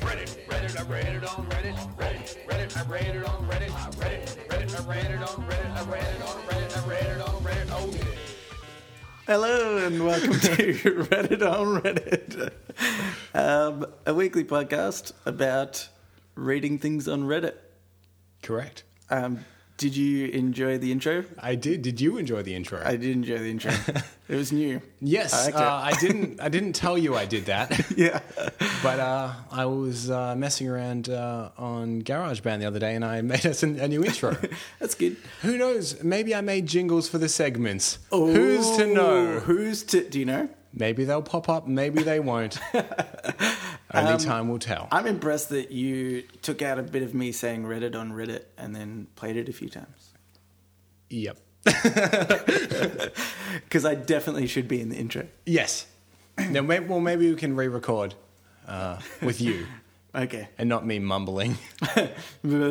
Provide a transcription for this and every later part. Reddit, I read it on Reddit, Reddit, Reddit, I read it on Reddit, Reddit, Reddit, I read it on Reddit, I read it on Reddit, I read it on Reddit, oh yeah. Hello and welcome to Reddit on Reddit, um, a weekly podcast about reading things on Reddit. Correct. Um, did you enjoy the intro? I did. Did you enjoy the intro? I did enjoy the intro. it was new. yes. I I, liked uh, I didn't. I didn't tell you I did that, Yeah. but uh, I was uh, messing around uh, on GarageBand the other day, and I made us an, a new intro. That's good. Who knows? Maybe I made jingles for the segments. Who's to Ooh, know? Who's to do you know? Maybe they'll pop up. Maybe they won't. Um, Only time will tell. I'm impressed that you took out a bit of me saying Reddit on Reddit and then played it a few times. yep. Because I definitely should be in the intro. Yes. now, may- well, maybe we can re-record uh, with you Okay. and not me mumbling.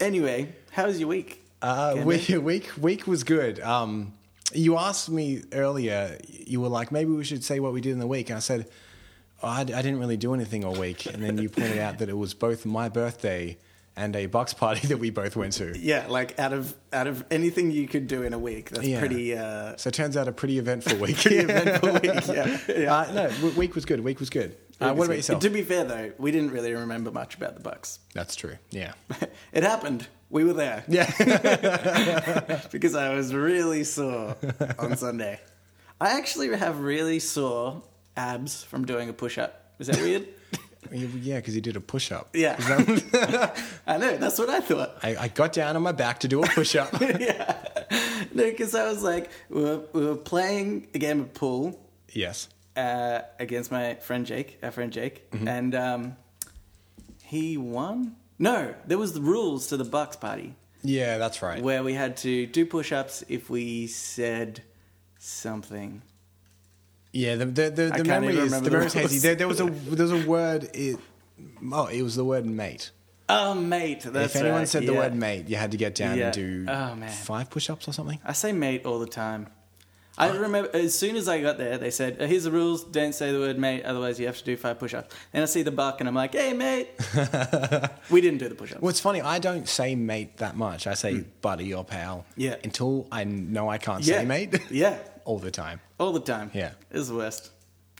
anyway, how was your week? Uh, Can week, week week was good. Um, you asked me earlier. You were like, maybe we should say what we did in the week. And I said, oh, I, I didn't really do anything all week. And then you pointed out that it was both my birthday and a box party that we both went to. Yeah, like out of out of anything you could do in a week, that's Yeah. pretty uh, So it turns out a pretty eventful week. pretty eventful week. Yeah, yeah. Uh, no, w- week was good. Week was good. Uh, what about yourself? To be fair though, we didn't really remember much about the Bucks. That's true. Yeah. it happened. We were there. Yeah. because I was really sore on Sunday. I actually have really sore abs from doing a push up. Is that weird? yeah, because you did a push up. yeah. I know, that's what I thought. I, I got down on my back to do a push up. yeah. No, because I was like, we were, we were playing a game of pool yes. uh, against my friend Jake, our friend Jake, Mm-hmm. and um, he won. No, there was the rules to the Bucks party Yeah, that's right. where we had to do push ups if we said something. Yeah, the the the, I the can't memory even is remember the the memory is hazy. rules. There, there was a there was a word. It, oh, it was the word mate. Oh, mate, that's if anyone right, said the yeah. word mate, you had to get down Yeah. and do Oh, man. five push-ups or something. I say mate all the time. I remember as soon as I got there, they said, "Uh, "Here's the rules: don't say the word mate, otherwise you have to do five push-ups." And I see the buck, and I'm like, "Hey, mate!" we didn't do the push-ups. Well, it's funny. I don't say mate that much. I say buddy or pal. Hmm. Yeah. Until I know I can't yeah, say mate yeah, all the time. all the time. Yeah. it's the worst.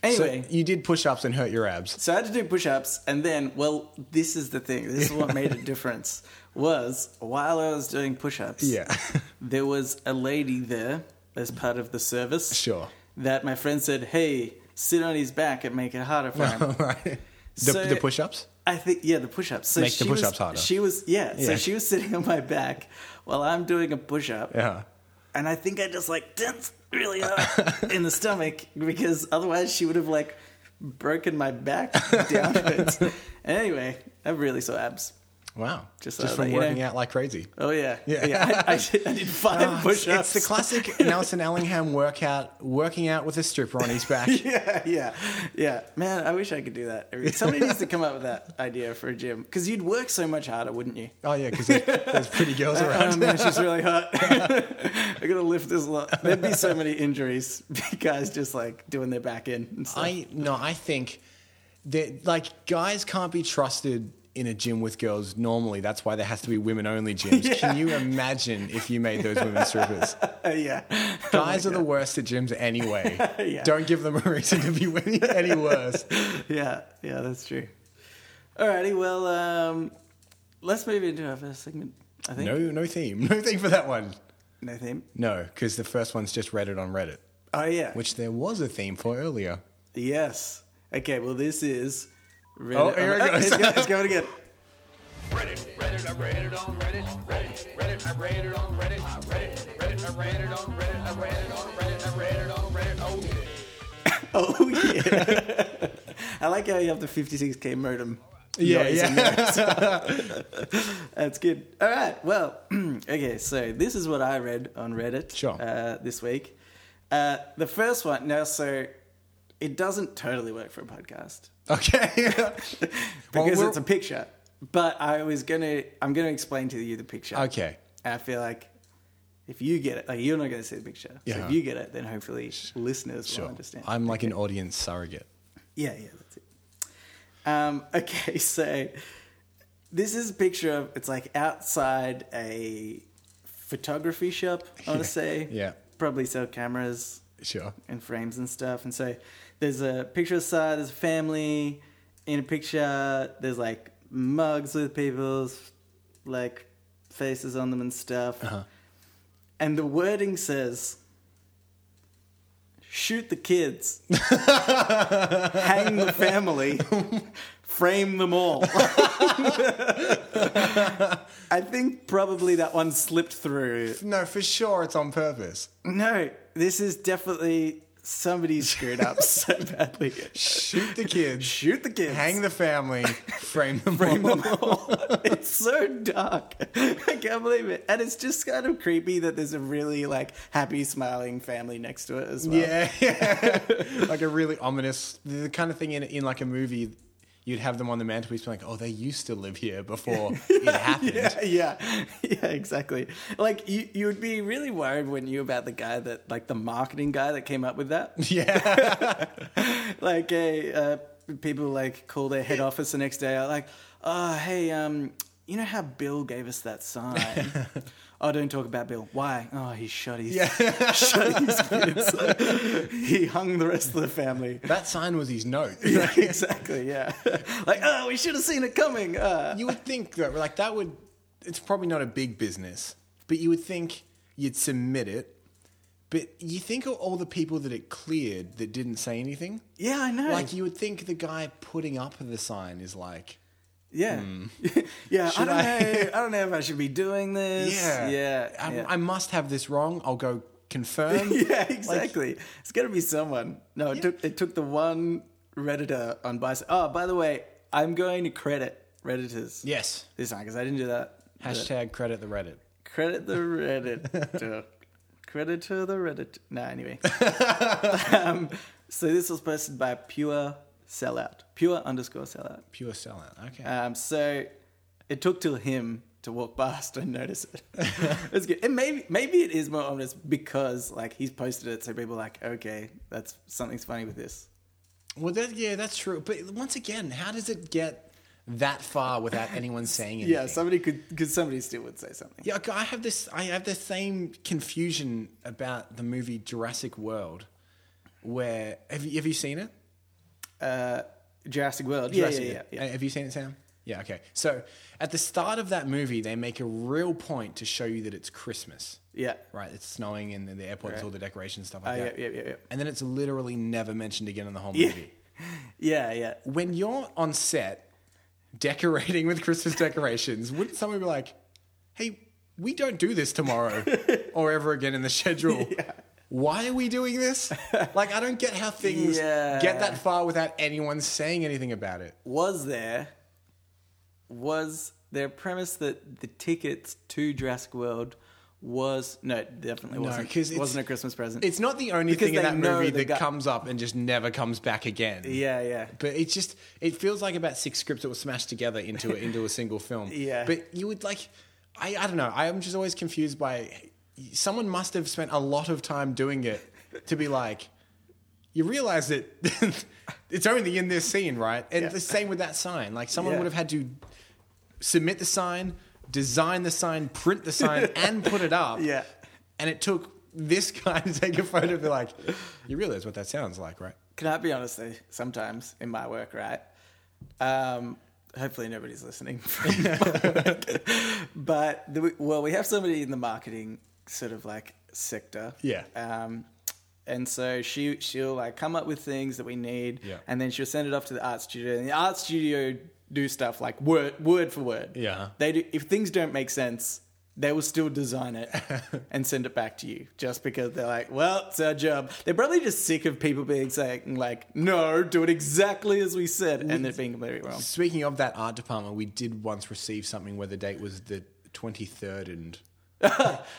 So Anyway, you did push-ups and hurt your abs. So I had to do push-ups, and then, well, this is the thing. This is what made a difference. Was while I was doing push-ups, Yeah. there was a lady there as part of the service. Sure. That my friend said, "Hey, sit on his back and make it harder for him." right. The, So- the push-ups. I think yeah, the push-ups. So Make the she was- push-ups harder. She was yeah, So Yeah. she was sitting on my back while I'm doing a push-up, Yeah. and I think I just like tensed really hard in the stomach because otherwise she would have like broken my back downwards. anyway, I really saw abs. Wow. Just so that Just, from you know. working out like crazy. Oh yeah, Yeah. I, I, did, I did five Ah, it's- push-ups. It's the classic Nelson Ellingham workout, working out with a stripper on his back. yeah, yeah, yeah. Man, I wish I could do that. Somebody needs to come up with that idea for a gym because you'd work so much harder, wouldn't you? Oh yeah, because there's pretty girls around. Oh man, she's really hot. I gotta lift this lot. There'd be so many injuries. Guys just like doing their back in. And stuff. I no, I think that like guys can't be trusted in a gym with girls normally. That's why there has to be women only gyms. Can you imagine if you made those Oh women strippers? yeah. guys are the worst at gyms anyway. Yeah. Don't give them a reason to be any, any worse. Yeah, yeah, that's true. Alrighty, well, um, let's move into our first segment. I think No, no theme, no theme for that one. no theme. No, because the first one's just Reddit on Reddit, Oh yeah, which there was a theme for earlier. yes. Okay, well, this is. Reddit. Oh, here it goes. It's, go- it's going again. Reddit, Reddit, I read it on Reddit, Reddit, Reddit, I read it on Reddit, Reddit, Reddit, I read it on Reddit, I read it on Reddit, I read it on Reddit, oh yeah. Oh yeah. I like how you have the 56k modem. Yeah, noise yeah. in there. That's good. All right. Well, okay. So this is what I read on Reddit Sure. uh, this week. Uh, the first one. Now, so it doesn't totally work for a podcast Okay. Well, because we're- it's a picture. But I was gonna. I'm gonna explain to you the picture. okay. I feel like if you get it, like you're not gonna see the picture. So Yeah. if you get it, then hopefully listeners Sure. will understand. I'm like an audience surrogate. Yeah, yeah, that's it. Um, okay, so this is a picture of it's like outside a photography shop. I want to say, Yeah. probably sell cameras Sure. and frames and stuff. And so there's a picture of the side, there's a family in a picture. There's like mugs with people's like faces on them and stuff. And the wording says, "Shoot the kids, hang the family." Frame them all. I think probably that one slipped through No, for sure it's on purpose. no, this is definitely somebody screwed up so badly. Shoot the kids, Shoot the kids. hang the family, frame them. Frame them all. it's so dark. I can't believe it. And it's just kind of creepy that there's a really like happy, smiling family next to it as well. Yeah, yeah. like a really ominous, the kind of thing in, in like a movie, you'd have them on the mantelpiece being like, oh, they used to live here before it happened. Yeah, yeah, yeah, exactly. Like you, you would be really worried when you about the guy that, like, the marketing guy that came up with that. Yeah. like hey, uh, people like call their head office the next day. Are like, oh hey, um, you know how Bill gave us that sign? oh, don't talk about Bill. Why? Oh, he shot his shot his kids. he hung the rest of the family. That sign was his note. Yeah, exactly. Yeah. like, oh, we should have seen it coming. Uh, You would think that, like, that would, it's probably not a big business, but you would think you'd submit it. But you think of all the people that it cleared that didn't say anything. yeah, I know. Like, you would think the guy putting up the sign is like, yeah, yeah. I Hmm. Should don't I- know. I don't know if I should be doing this. yeah, yeah. I, yeah. I must have this wrong. I'll go confirm. yeah, exactly. it's gonna be someone. No, it took it took the one redditor on bicep. Oh, by the way, I'm going to credit redditors Yes. this time because I didn't do that. Hashtag credit the Reddit. Credit the redditor. credit to the reddit. No, anyway. um, so this was posted by Pure Sellout. Pure underscore Sellout. Pure sellout. Okay. Um, so it took till him to walk past and notice it. it's good. And maybe maybe it is more ominous because like he's posted it, so people are like, okay, that's something's funny with this. well, that, yeah, that's true. But once again, how does it get that far without anyone saying anything? Yeah, somebody could because somebody still would say something. Yeah, okay, I have this. I have the same confusion about the movie Jurassic World. Where have you have you seen it? Uh, Jurassic World. Jurassic- yeah, yeah, yeah, yeah. Uh, Have you seen it, Sam? Yeah. Okay. So at the start of that movie, they make a real point to show you that it's Christmas. yeah. Right. It's snowing and the airport's all the decorations stuff like Uh, yeah, that. yeah, yeah, yeah. And then it's literally never mentioned again in the whole Yeah. movie. Yeah, yeah. when you're on set decorating with Christmas decorations, wouldn't someone be like, hey, we don't do this tomorrow or ever again in the schedule? Why are we doing this? Like, I don't get how things Yeah. get that far without anyone saying anything about it. Was there was there a premise that the tickets to Jurassic World was no, it definitely wasn't. 'cause it's- wasn't a Christmas present. It's not the only Because thing in they that know movie the that guy- comes up and just never comes back again. yeah, yeah. But it's just it feels like about six scripts that were smashed together into a, into a single film. Yeah. But you would like, I I don't know. I'm just always confused by someone must have spent a lot of time doing it to be like, you realize that it's only in this scene, right? And Yeah. the same with that sign. Like someone Yeah. would have had to submit the sign, design the sign, print the sign, and put it up. Yeah. And it took this guy to take a photo and be like, you realize what that sounds like, right? Can I be honest though? Sometimes in my work, right? Um, hopefully nobody's listening. from my work. but the, well, we have somebody in the marketing sort of like sector. Yeah. Um, and so she she'll like come up with things that we need, Yeah. and then she'll send it off to the art studio, and the art studio do stuff like word word for word. Yeah. uh-huh. They do, if things don't make sense. They will still design it and send it back to you just because they're like, well, it's our job. They're probably just sick of people being saying, like, no, do it exactly as we said, and they're being completely wrong. Speaking of that art department, we did once receive something where the date was the 23rd and.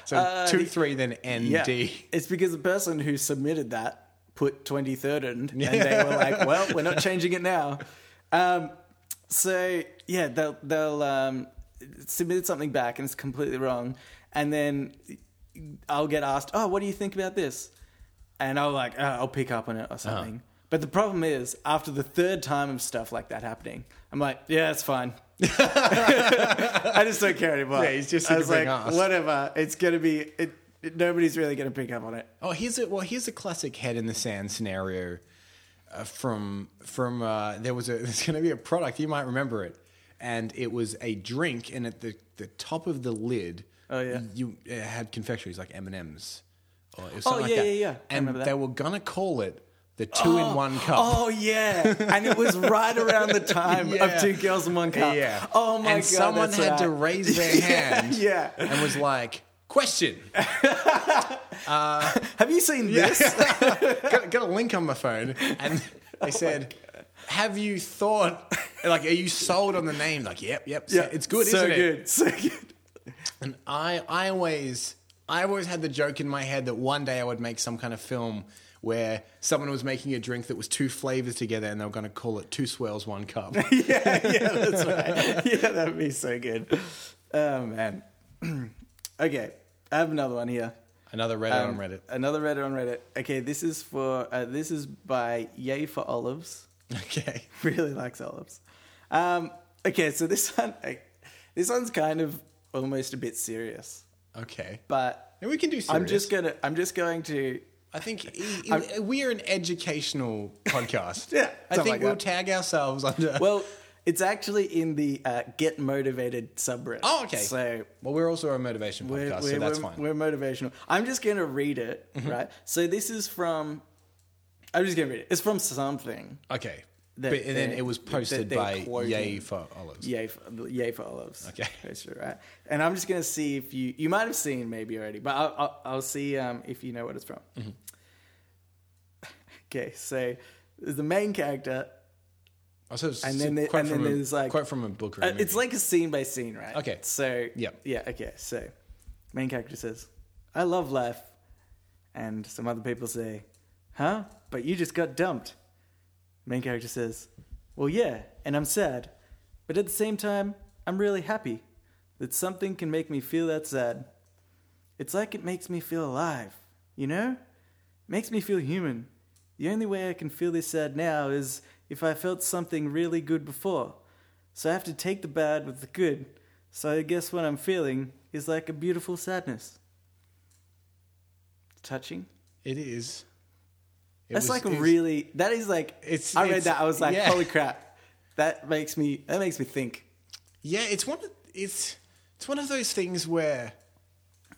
so 2 3, then ND. Uh, Yeah. It's because the person who submitted that put 23rd in, and they were like, well, we're not changing it now. Um, so, yeah, they'll, they'll um, submit something back and it's completely wrong. And then Uh-huh. I'll get asked, oh, what do you think about this? And I'll like, oh, I'll pick uh, up on it or something. But the problem is, after the third time of stuff like that happening, I'm like, yeah, it's fine. I just don't care anymore. Yeah, he's just I a was big like, ass. whatever. It's gonna be. It, it- nobody's really gonna pick up on it. Oh, here's a well. Here's a classic head in the sand scenario. Uh, from from uh, there was a there's going to be a product you might remember it, and it was a drink, and at the the top of the lid, Oh, yeah. you it had confectionaries like M and M's. Oh yeah, yeah, yeah. I And remember that. they were gonna call it the two in one cup. Oh yeah, and it was right around the time Yeah. of two girls and one cup. Yeah. Oh my and god. someone that's had right. to raise their hand. yeah. And was like, question. Have you seen this? got, got a link on my phone, and they said, "Have you thought? Like, are you sold on the name? Like, yep, yep. Yeah, it's good, so isn't good. it? So good. And I, I always, I always had the joke in my head that one day I would make some kind of film where someone was making a drink that was two flavors together, and they were going to call it two swirls, one cup. yeah, yeah, that's right. Yeah, that'd be so good. Oh man. okay, I have another one here. Another Reddit Um, on Reddit. Another Reddit on Reddit. Okay, this is for uh, this is by Yay for Olives. Okay. really likes olives. Um, okay, so this one, I, this one's kind of almost a bit serious, Okay. but And we can do. Serious. I'm just gonna I'm just going to I think e, i- i- we're an educational podcast. Yeah, I something think like we'll that. tag ourselves under. well, it's actually in the uh, get motivated subreddit. Oh, okay. So well, we're also a motivation we're, podcast, we're, so that's we're- fine. Mm-hmm. we're motivational. I'm just going to read it, right? So this is from. I'm just going to read it. It's from something. Okay. that but, and then they're- it was that posted they're by quoting. Yay for Olives. Yay for, yay for olives. Okay. Basically, right? And I'm just going to see if you. You might have seen maybe already, but I'll, I'll, I'll see um, if you know what it's from. Mm-hmm. Okay, so the main character. Also, it's And a then there- quote and then from a- there's, like- quote from a book or a uh, it's movie. like a scene by scene, right? Okay. So. Yep. Yeah, okay. So, main character says, I love life. And some other people say, Huh? But you just got dumped. Main character says, Well, yeah, and I'm sad. But at the same time, I'm really happy that something can make me feel that sad. It's like it makes me feel alive, you know? Makes me feel human. The only way I can feel this sad now is if I felt something really good before. So I have to take the bad with the good. So I guess what I'm feeling is like a beautiful sadness. Touching? it is. It That's was- like a it's- really. That is like. It's- I read it's- that. I was like, yeah. holy crap. That makes me. That makes me think. Yeah, it's one. Of, it's it's one of those things where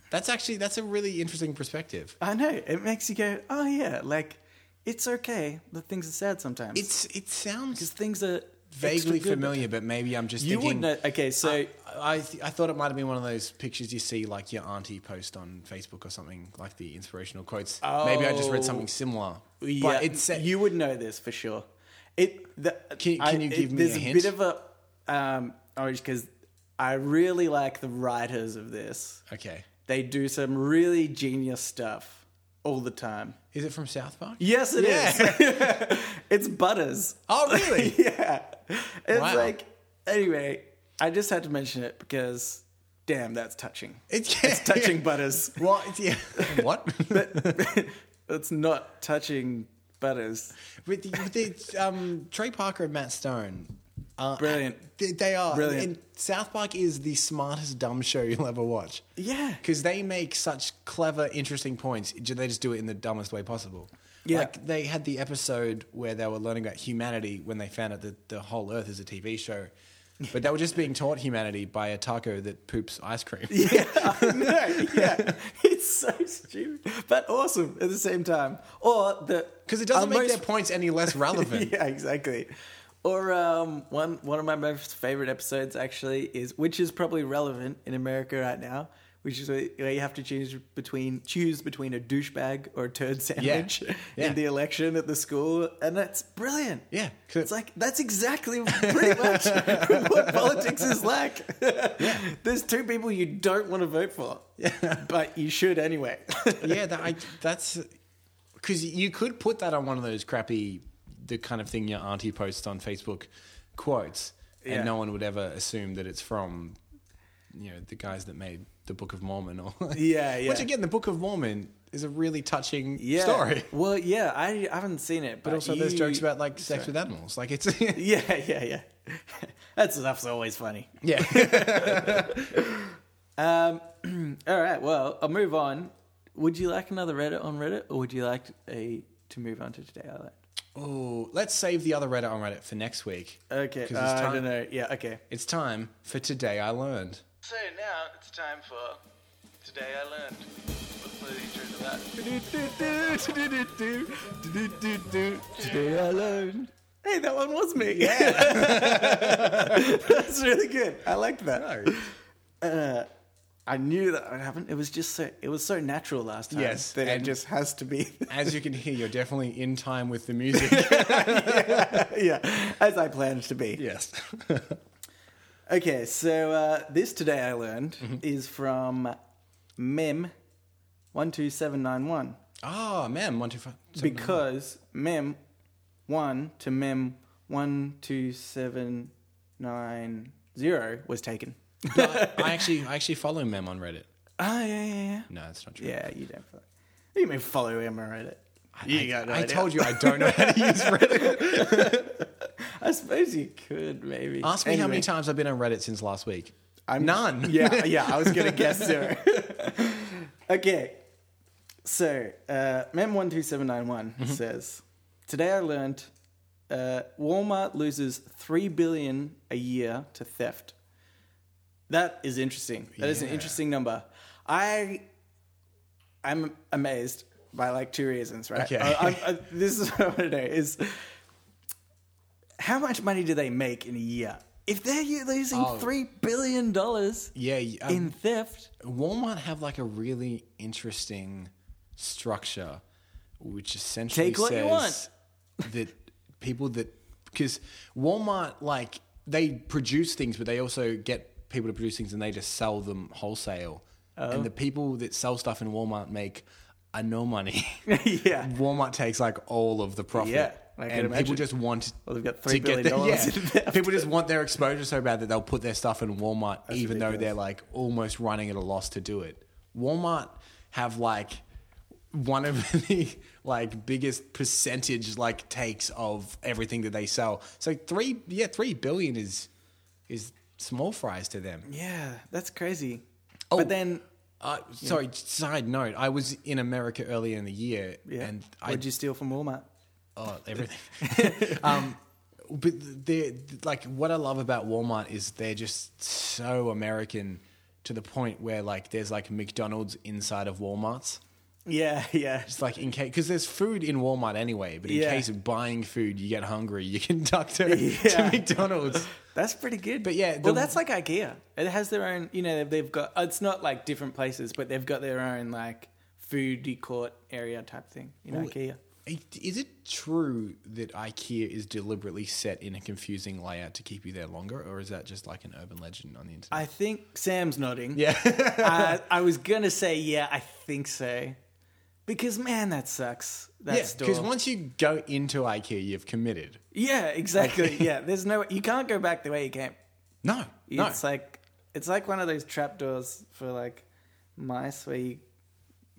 that's actually that's a really interesting perspective. I know. It makes you go, oh yeah, like it's okay that things are sad sometimes. It's it because sounds things are extra vaguely good. familiar, uh, but maybe I'm just You thinking. wouldn't. know- Okay, so I I, th- I thought it might have been one of those pictures you see like your auntie post on Facebook or something like the inspirational quotes. Maybe I just read Oh. something similar. yeah, but it's you would know this for sure. It. The, Can- I- can you it- give me There's a a, hint? bit of a um, orange because I really like the writers of this. okay. They do some really genius stuff all the time. Is it from South Park? Yes, it is. it's Butters. Oh, really? yeah. It's Wow. like, anyway, I just had to mention it because, damn, that's touching. It's, It's touching Butters. What? It's- Yeah. what? but It's not touching Butters. the, but the, um, Trey Parker and Matt Stone. Uh, Brilliant. They, they are. Brilliant. And South Park is the smartest dumb show you'll ever watch. Yeah. Because they make such clever, interesting points. Ju- They just do it in the dumbest way possible. Yeah. Like they had the episode where they were learning about humanity when they found out that the whole Earth is a TV show. But they were just being taught humanity by a taco that poops ice cream. Yeah, I know. Yeah. it's so stupid, but awesome at the same time. Or the. Because it doesn't our make most- their points any less relevant. yeah, exactly. Or um, one one of my most favorite episodes actually is, which is probably relevant in America right now, which is where where you have to choose between choose between a douchebag or a turd sandwich Yeah. in the election at the school, and that's brilliant. Yeah. It's like that's exactly pretty much what politics is like. There's two people you don't want to vote for, but you should anyway. yeah, that, I, that's because you could put that on one of those crappy, the kind of thing your auntie posts on Facebook quotes, Yeah. and no one would ever assume that it's from, you know, the guys that made the Book of Mormon or Yeah, yeah. Which again, the Book of Mormon is a really touching Yeah. story. Well, yeah, I, I haven't seen it, but, But also, there's you- jokes about like sex with animals. Like it's Yeah, yeah, yeah. that stuff's always funny. yeah. Um, all right, well, I'll move on. Would you like another Reddit on Reddit, or would you like a to move on to Today Island? oh, let's save the other Reddit on Reddit for next week. Okay, 'Cause it's uh, I time- don't know. Yeah, okay. It's time for today. I learned. So now it's time for Today I Learned. With Lady Trinidad. Today I learned. Hey, that one was me. Yeah, that's really good. I liked that. Uh, I knew that would happen. It was just so. It was so natural last time. Yes, that it and- just has to be. As you can hear, you're definitely in time with the music. yeah, as I planned to be. yes. Okay, so uh, this today I learned Mm-hmm. is from Mem one two seven nine one Ah, oh, ma'am, one, two, five. seven, nine. because Mem one to Mem one two seven nine zero was taken. But I actually, I actually follow mem on Reddit. Oh yeah yeah yeah. No, that's not true. Yeah, you don't follow. You mean follow him on Reddit? I, I told you I don't know how to use Reddit. I suppose you could maybe. Ask me how Anyway. many times I've been on Reddit since last week. I'm none. Yeah, yeah, I was gonna guess zero. okay, so uh, mem one two seven nine one says, "Today I learned uh, Walmart loses three billion a year to theft. That is interesting. That is an Yeah. interesting number. I, I'm amazed by like two reasons, right? Okay. I, I'm- I, this is what I want to know is how much money do they make in a year? If they're u- losing Oh. three billion dollars, Yeah, y- um, in theft, Walmart have like a really interesting structure, which essentially Take what you says want. that people that because Walmart like they produce things, but they also get people to produce things and they just sell them wholesale. Oh. And the people that sell stuff in Walmart make a no money. yeah, Walmart takes like all of the profit. Yeah, I can and people imagine. just want Well, they've got to $3 get billion their, in yeah, theft. people just want their exposure so bad that they'll put their stuff in Walmart, even though ridiculous. they're like almost running at a loss to do it. Walmart have like one of the like biggest percentage like takes of everything that they sell. So three, yeah, three billion is is small fries to them. yeah, that's crazy. Oh. But then, Uh, sorry, side note. I was in America earlier in the year, yeah, and I what'd you steal from Walmart? Oh, everything. um, but they're like what I love about Walmart is they're just so American to the point where like there's like McDonald's inside of Walmart's. Yeah, yeah, It's like in case because there's food in Walmart anyway, but in Yeah. case of buying food, you get hungry, you can duck to, Yeah. to McDonald's. that's pretty good. But yeah, well, the- that's like IKEA. It has their own. You know, they've got. It's not like different places, but they've got their own like food court area type thing. You know, Well, IKEA. Is it true that IKEA is deliberately set in a confusing layout to keep you there longer, or is that just like an urban legend on the internet? I think Sam's nodding. yeah. I, I was gonna say yeah, I think so, because man, that sucks. That Yeah, store. because once you go into IKEA, you've committed. yeah, exactly. yeah, there's no. You can't go back the way you came. No, no. It's like it's like one of those trapdoors for like mice where you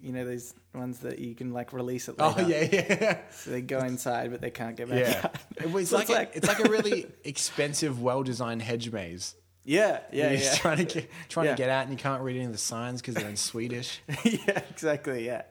you know those ones that you can like release it oh later. yeah, yeah, So they go inside but they can't get back yeah. out. It was So like, a, it's like a really expensive, well-designed hedge maze. Yeah, yeah, You're just yeah. trying to get, trying Yeah. to get out, and you can't read any of the signs because they're in Swedish. yeah, exactly, yeah.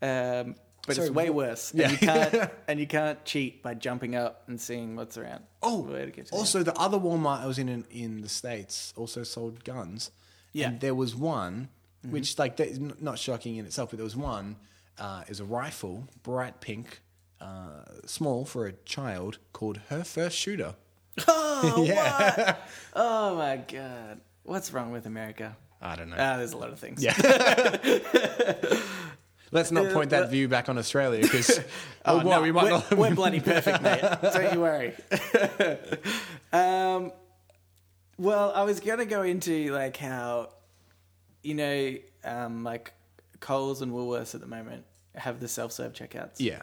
Um but So it's way wh- worse. Yeah. And you can't and you can't cheat by jumping up and seeing what's around. Where Oh, to get to. also the other Walmart I was in, in in the states also sold guns. Yeah. Mm-hmm. and there was one which like that is n- not shocking in itself, but there was one uh, is a rifle, bright pink, uh, small for a child, called her first shooter. Oh what? Oh my god. What's wrong with America? I don't know. Ah, there's a lot of things. Yeah. Let's not point that view back on Australia because oh, boy, we might we're, not. we're bloody perfect, mate. Don't you worry. um, well, I was gonna go into like how, you know, um, like Coles and Woolworths at the moment have the self-serve checkouts. yeah,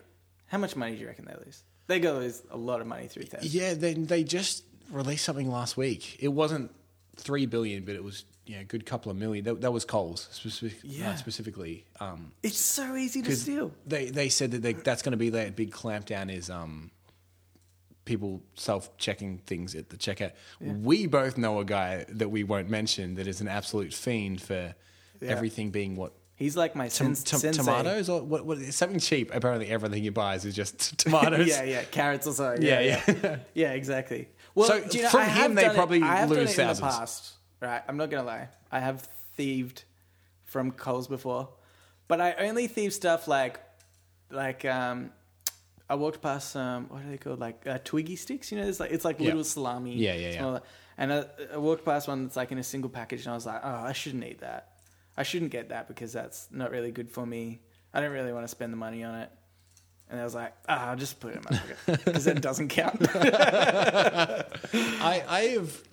How much money do you reckon they lose? They go lose a lot of money through that. yeah. They they just released something last week. It wasn't three billion, but it was yeah, a good couple of million. That, that was Coles specific, Yeah. uh, specifically. Um, It's so easy to 'cause steal. They they said that they, that's going to be their big clampdown is um, people self checking things at the checkout. We both know a guy that we won't mention that is an absolute fiend for everything being what. He's like my Tom- sen- tom- sensei. tomatoes or what, what? Something cheap. Apparently, everything he buys is just tomatoes. yeah, yeah, carrots or so. Yeah, Yeah, yeah. yeah, yeah, exactly. Well, So do you know, from I have him, they done it- probably I have done lose it in the thousands. past, right? I'm not gonna lie, I have thieved from Coles before, but I only thieve stuff like, like um, I walked past some what are they called? Like uh, Twiggy sticks, you know? It's like it's like Yeah. little salami. Yeah, yeah, yeah. small- And I, I walked past one that's like in a single package, and I was like, oh, I shouldn't eat that. I shouldn't get that because that's not really good for me. I don't really want to spend the money on it. And I was like, ah, I'll just put it in my pocket because that doesn't count. I, I have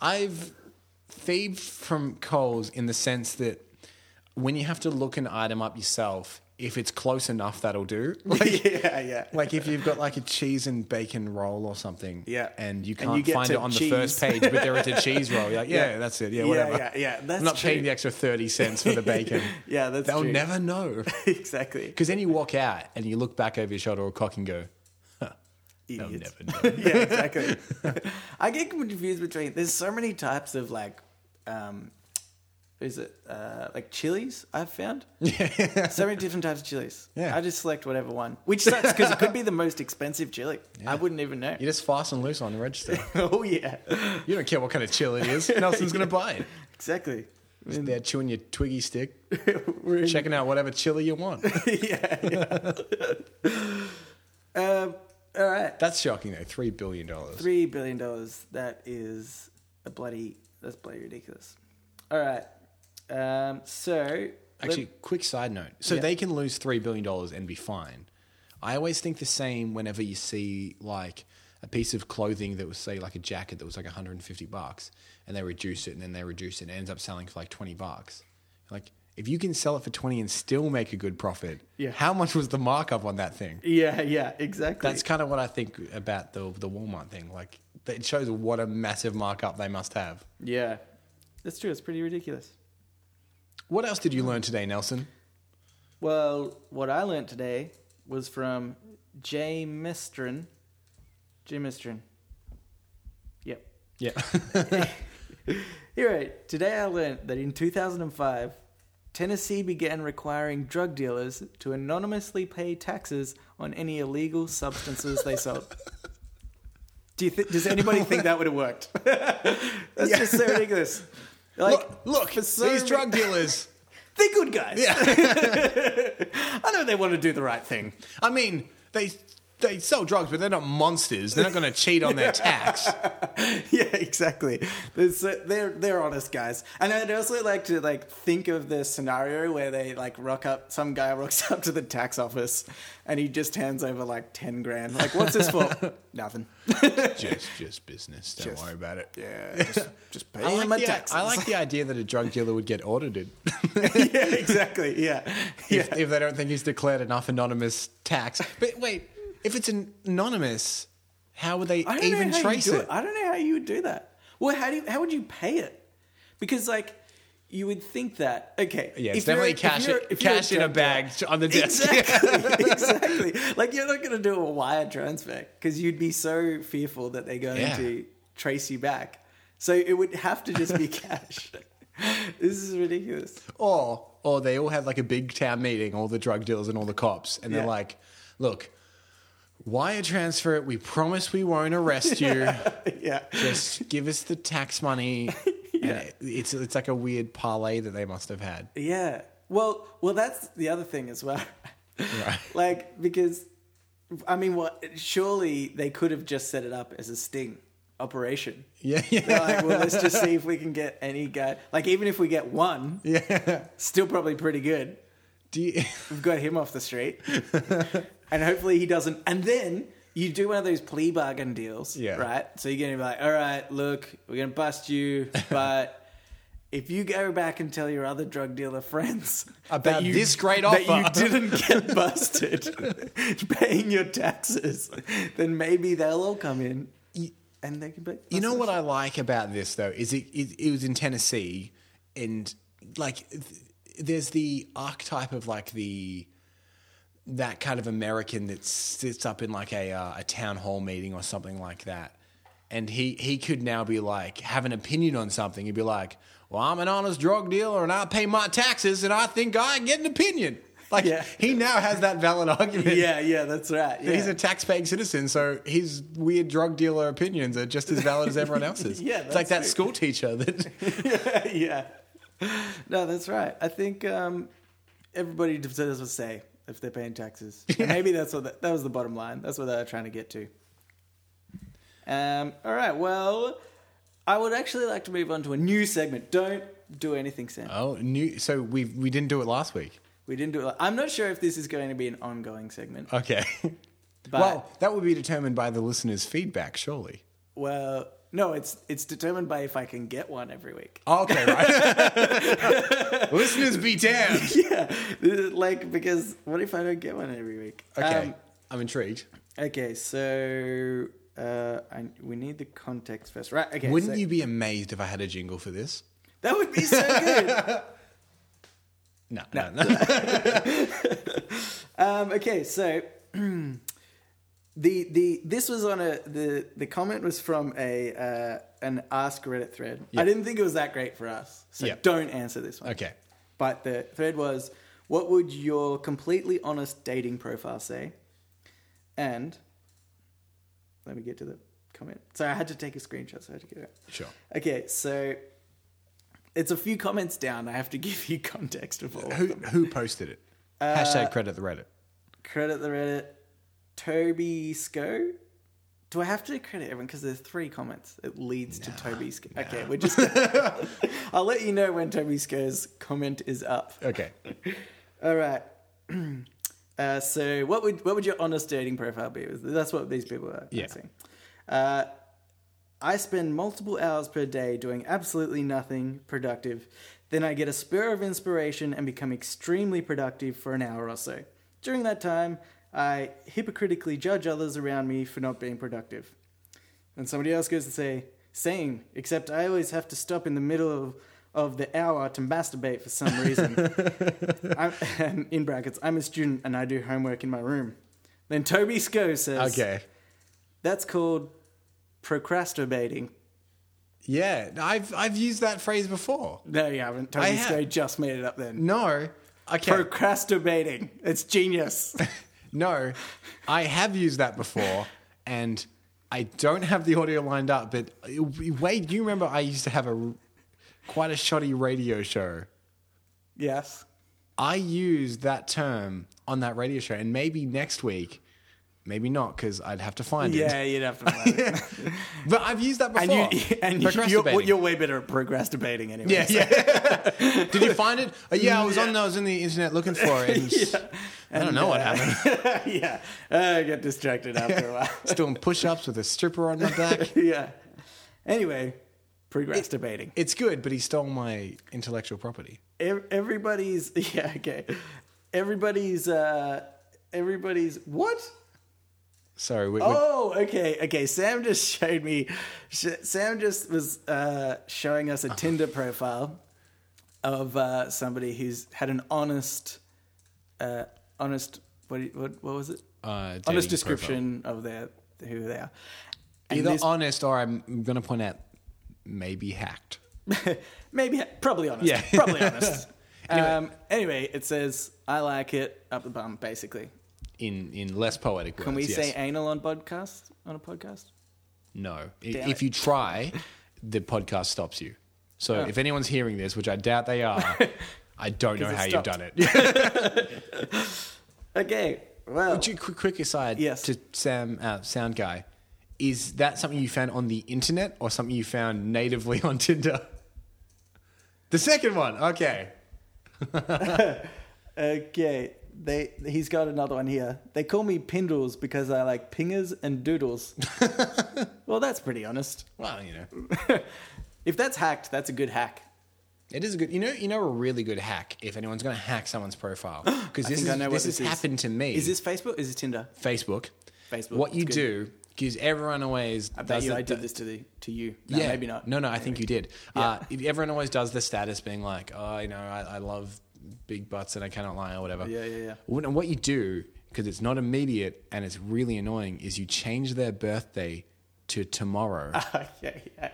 I've thieved from Coles in the sense that when you have to look an item up yourself, if it's close enough, that'll do. Like, yeah, yeah. like if you've got like a cheese and bacon roll or something, Yeah. and you And can't you get find to it on cheese. the first page, but there it's a cheese roll. You're like, yeah, that's it. Yeah, Yeah, whatever. yeah, yeah, that's I'm not paying true. the extra thirty cents for the bacon. Yeah, that's they'll true. never know. exactly. Because then you walk out and you look back over your shoulder or cock and go, they'll Idiots. never know. yeah, exactly. I get confused between there's so many types of like, um, is it uh, like chilies? I've found so many different types of chilies. Yeah. I just select whatever one, which sucks because it could be the most expensive chili. I wouldn't even know. You're just fast and loose on the register. oh yeah, You don't care what kind of chill it is. Nelson's going to buy it. exactly. Just there chewing your twiggy stick, We're in- checking out whatever chili you want. yeah. yeah. um, all right. That's shocking, though. Three billion dollars. Three billion dollars. That is a bloody. That's bloody ridiculous. All right. Um, so Actually, quick side note. So Yeah. they can lose three billion dollars and be fine. I always think the same whenever you see like a piece of clothing that was say like a jacket that was like 150 bucks and they reduce it and then they reduce it and it ends up selling for like 20 bucks. Like if you can sell it for 20 and still make a good profit, Yeah. how much was the markup on that thing? yeah, yeah, exactly. That's kind of what I think about the the Walmart thing. Like it shows what a massive markup they must have. yeah, that's true. It's pretty ridiculous. What else did you learn today, Nelson? Well, what I learned today was from Jay Mistron. Jay Mistron. Yep. Yeah. You're right. Today I learned that in 2005, Tennessee began requiring drug dealers to anonymously pay taxes on any illegal substances they sold. Do you th- does anybody think that would have worked? That's just so ridiculous. Like, look, look for so these ma- drug dealers. they're good guys. I know they want to do the right thing. I mean, they they sell drugs, but they're not monsters. They're not going to cheat on their tax. yeah, exactly. They're, so, they're they're honest guys, and I'd also like to like think of the scenario where they like rock up. Some guy rocks up to the tax office, and he just hands over like ten grand. Like, what's this for? Nothing. just just business. Don't Just- worry about it. Yeah, just, just pay I him my like, the, taxes. I like the idea that a drug dealer would get audited yeah, exactly. Yeah, yeah. if, if they don't think he's declared enough anonymous tax. But wait, if it's an- anonymous, how would they I don't even know how you trace do it? I don't know how you would do that. Well, how do you, how would you pay it? Because like you would think that okay, Yeah, it's if you're definitely a- if cash, you're- it, if you're cash in a drug dealer- bag on the desk. Exactly, exactly. Like you're not going to do a wire transfer because you'd be so fearful that they're going Yeah. to trace you back. So it would have to just be cash. this is ridiculous. Or, or they all have like a big town meeting, all the drug dealers and all the cops, and they're Yeah. like, look, wire transfer it. We promise we won't arrest you. Yeah, Just give us the tax money. And it- it's, it's like a weird parlay that they must have had. yeah. Well, well, that's the other thing as well. Right. Like because, I mean, what? Surely they could have just set it up as a sting operation. Yeah. yeah. They're like, well, let's just see if we can get any guy. Like, even if we get one, yeah, still probably pretty good. Do you, We've got him off the street. and hopefully he doesn't. And then you do one of those plea bargain deals, Yeah. right? So you're going to be like, all right, look, we're going to bust you, but. If you go back and tell your other drug dealer friends About this great offer." that you didn't get busted paying your taxes, then maybe they'll all come in You- and they can be. You know what I like about this though is it, it, it was in Tennessee, and like th- there's the archetype of like the that kind of American that sits up in like a uh, a town hall meeting or something like that, and he he could now be like have an opinion on something. He'd be like, "Well, I'm an honest drug dealer, and I pay my taxes, and I think I get an opinion." Like Yeah. he now has that valid argument. Yeah, yeah, that's right. Yeah. But He's a tax-paying citizen, so his weird drug dealer opinions are just as valid as everyone else's. Yeah, it's like that that's school teacher that yeah. No, that's right. I think um, everybody deserves a say if they're paying taxes. And maybe that's what that, that was the bottom line. That's what they're trying to get to. Um, all right. Well, I would actually like to move on to a new segment. Don't do anything, Sam. oh new. So we we didn't do it last week. We didn't do it. li- I'm not sure if this is going to be an ongoing segment. Okay. But- Uh, well, that would be determined by the listeners' feedback, surely. Well, no, it's it's determined by if I can get one every week. Oh, Okay, right. listeners, be damned. yeah, like because what if I don't get one every week? Okay, Um, I'm intrigued. Okay, so uh, I, we need the context first, right? Okay, Wouldn't so- you be amazed if I had a jingle for this? That would be so good. No, no, no. um, okay, so the the this was on a the the comment was from a uh, an Ask Reddit thread. I didn't think it was that great for us, so Yep. don't answer this one. Okay. but the thread was, "What would your completely honest dating profile say?" And let me get to the comment. So I had to take a screenshot, so I had to get it. out. Sure. Okay, so it's a few comments down. I have to give you context of all. Who who posted it? Uh, Hashtag credit the Reddit. Credit the Reddit, Toby Sco. Do I have to credit everyone? Because there's three comments. It leads to Toby Sco. Okay, we're just. I'll let you know when Toby Sco's comment is up. Okay. All right. Uh, so, what would what would your honest dating profile be? That's what these people are Yeah. asking. Uh, I spend multiple hours per day doing absolutely nothing productive. Then I get a spur of inspiration and become extremely productive for an hour or so. During that time, I hypocritically judge others around me for not being productive. And somebody else goes and say, same, except I always have to stop in the middle of, of the hour to masturbate for some reason. I'm, and in brackets, I'm a student and I do homework in my room. Then Toby Sco says, Okay. that's called procrastinating. Yeah, I've I've used that phrase before. No, you haven't. I Toby have. Sco just made it up then. No. Okay. Procrastinating. It's genius. no, I have used that before, and I don't have the audio lined up. But Wade, do you remember I used to have a quite a shoddy radio show? yes. I used that term on that radio show, and maybe next week, maybe not, because I'd have to find Yeah, it. you'd have to. find it. But I've used that before. and you, and you, you're, Procrastinating. you're way better at procrastinating anyway. yeah, so- yeah. Did you find it? Oh, yeah, I was on. Yeah. uh, I was in the internet looking for it. and just- I don't know what happened. yeah. Uh, I got distracted after a while. Just doing push-ups with a stripper on my back. yeah. Anyway, procrastinating. It's good, but he stole my intellectual property. Ev- Everybody's yeah okay. Everybody's uh everybody's what? Sorry, we, we- Oh, okay, okay. Sam just showed me. Sh- Sam just was uh, showing us a Oh. Tinder profile of uh, somebody who's had an honest, uh, honest. What, do you- what what was it? Uh, dating honest description of their who they are. And either this- honest or I'm going to point out maybe hacked. Maybe, probably honest. Yeah. probably honest. anyway. Um, anyway, it says I like it up the bum. Basically, In in less poetic words. can we yes. say anal on podcast on a podcast? no? I- Damn If it. Oh. you try, the podcast stops you. So if anyone's hearing this, which I doubt they are, I don't know it how you've stopped. done it. Okay, well, Ju- quick, quick aside Yes. to Sam, uh, sound guy, is that something you found on the internet or something you found natively on Tinder? The second one, okay. Okay, they he's got another one here. They call me Pindles because I like pingers and doodles. well, that's pretty honest. Well, you know. If that's hacked, that's a good hack. It is a good, you know, you know, a really good hack if anyone's going to hack someone's profile because this think is I know what this has this is. happened to me. Is this Facebook? Is it Tinder? Facebook? Facebook, What you it's do because everyone always I bet does you the- I did this to the to you. No, yeah. maybe not. No, no, I think you did. Uh, if everyone always does the status being like, oh, you know, I, I love big butts and I cannot lie or whatever. Yeah, yeah, yeah. What- And what you do, because it's not immediate and it's really annoying, is you change their birthday to tomorrow. yeah, yeah.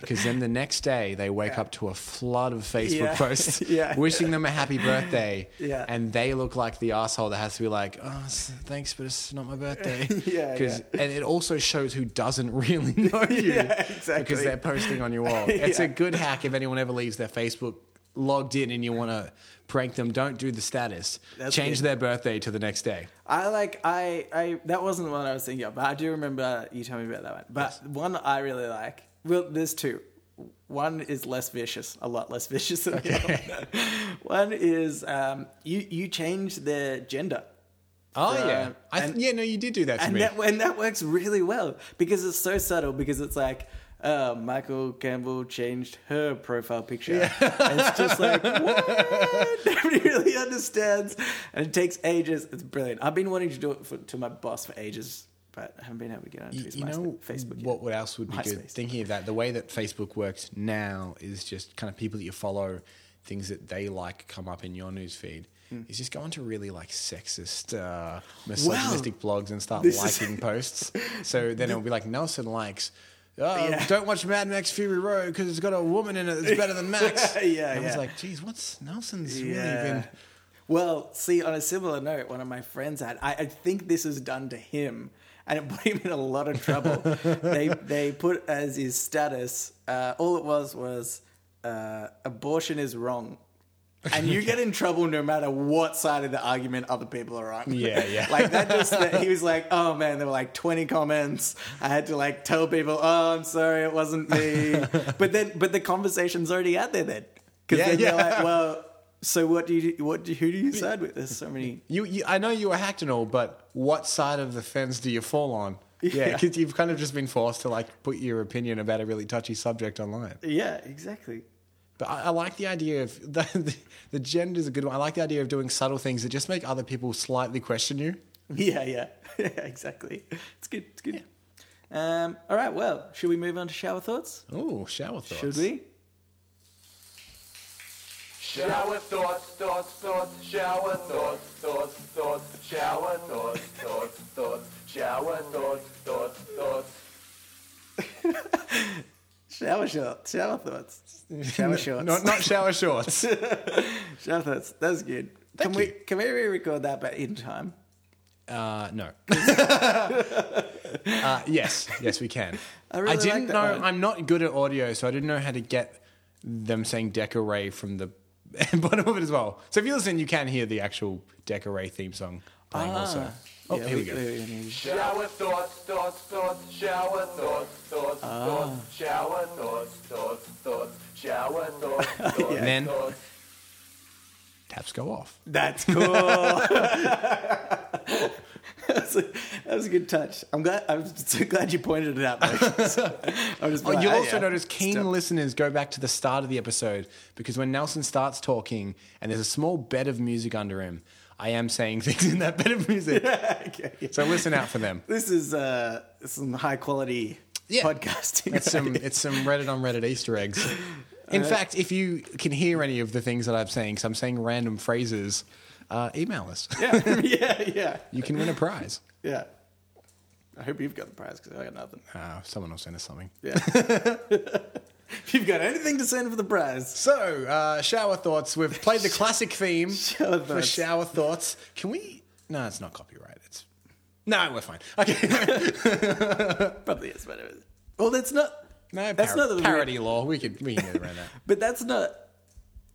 Because then the next day they wake up to a flood of Facebook Yeah. posts Yeah. wishing them a happy birthday. Yeah. And they look like the asshole that has to be like, oh, s- thanks, but it's not my birthday. Yeah, 'Cause- And it also shows who doesn't really know you. Yeah, exactly. Because they're posting on your wall. It's a good hack if anyone ever leaves their Facebook logged in and you want to prank them, don't do the status. That's Change good. their birthday to the next day. I like I I that wasn't the one I was thinking of, but I do remember you telling me about that one. But one I really like. Well, there's two. One is less vicious, a lot less vicious than the other. one is um, you you change their gender. Oh, For, yeah. uh, I th- and- yeah, no, you did do that to and me. that and that works really well because it's so subtle because it's like uh, Michael Campbell changed her profile picture. And it's just like what? Nobody really understands, and it takes ages. It's brilliant. I've been wanting to do it for, to my boss for ages, but I haven't been able to get onto You, his you MySpace- know Facebook. yet. what would else would be good? MySpace. Thinking of that, the way that Facebook works now is just kind of people that you follow, things that they like come up in your newsfeed. Hmm. Is just go onto really like sexist, uh, misogynistic blogs and start This is- liking posts. So then it'll be like Nelson likes. Oh, Yeah. don't watch Mad Max Fury Road because it's got a woman in it that's better than Max. Yeah, and I was yeah. like, geez, what's Nelson's really Yeah. been? Well, see, on a similar note, one of my friends had. I, I think this was done to him, and it put him in a lot of trouble. they they put as his status. Uh, all it was was uh, abortion is wrong. And you get in trouble no matter what side of the argument other people are on. Yeah, yeah. like that just that he was like, oh man, there were like twenty comments. I had to like tell people, oh, I'm sorry, it wasn't me. but then, but the conversation's already out there then, because Yeah, then yeah. they're like, well, so what do you what do, who do you side with? There's so many. You, you, I know you were hacked and all, but what side of the fence do you fall on? Yeah, Yeah. because you've kind of just been forced to like put your opinion about a really touchy subject online. Yeah, exactly. But I, I like the idea of the, the, the gender is a good one. I like the idea of doing subtle things that just make other people slightly question you. Yeah, yeah, yeah, exactly. It's good. It's good. Um, all right. Well, should we move on to shower thoughts? Oh, shower thoughts. Should we? Shower thoughts, thoughts, thoughts, shower thoughts, thoughts, thoughts, shower thoughts, thoughts, thoughts, shower thoughts, thoughts, thoughts. Shower shorts. Shower thoughts. Shower shorts. Not, not shower shorts. shower thoughts. That's good. can Thank we you. can we re-record that but in time? uh, no. uh, yes, yes, we can. I really like didn't that know. one. I'm not good at audio, so I didn't know how to get them saying Decoray from the bottom of it as well. So if you listen, you can hear the actual Decoray theme song playing also. Oh, Ah. Yeah, here we, go. need- Shower thoughts, thoughts, thoughts, shower thoughts, thoughts, thoughts, shower thoughts, thoughts, thoughts, shower thoughts, thoughts, And then thoughts. taps go off. That's cool. that, was a, that was a good touch. I'm glad. I'm so glad you pointed it out. i just Oh, like, you'll "Oh, also yeah." notice keen Stop. listeners go back to the start of the episode because when Nelson starts talking and there's a small bed of music under him, I am saying things in that bed of music. Okay, yeah. So listen out for them. This is uh, some high quality Yeah. podcasting. It's some it's some Reddit on Reddit Easter eggs. In Uh, fact, if you can hear any of the things that I'm saying, because I'm saying random phrases, uh, email us. yeah, yeah, yeah, You can win a prize. yeah. I hope you've got the prize because I got nothing. Uh, someone will send us something. Yeah. if you've got anything to send for the prize, So, uh, shower thoughts. We've played the classic theme Shower for thoughts. shower thoughts. Can we? No, it's not copyright. It's no, we're fine. Okay, probably is whatever. Well, that's not. no, that's par- not the parody law. We could we can get around that. But that's not.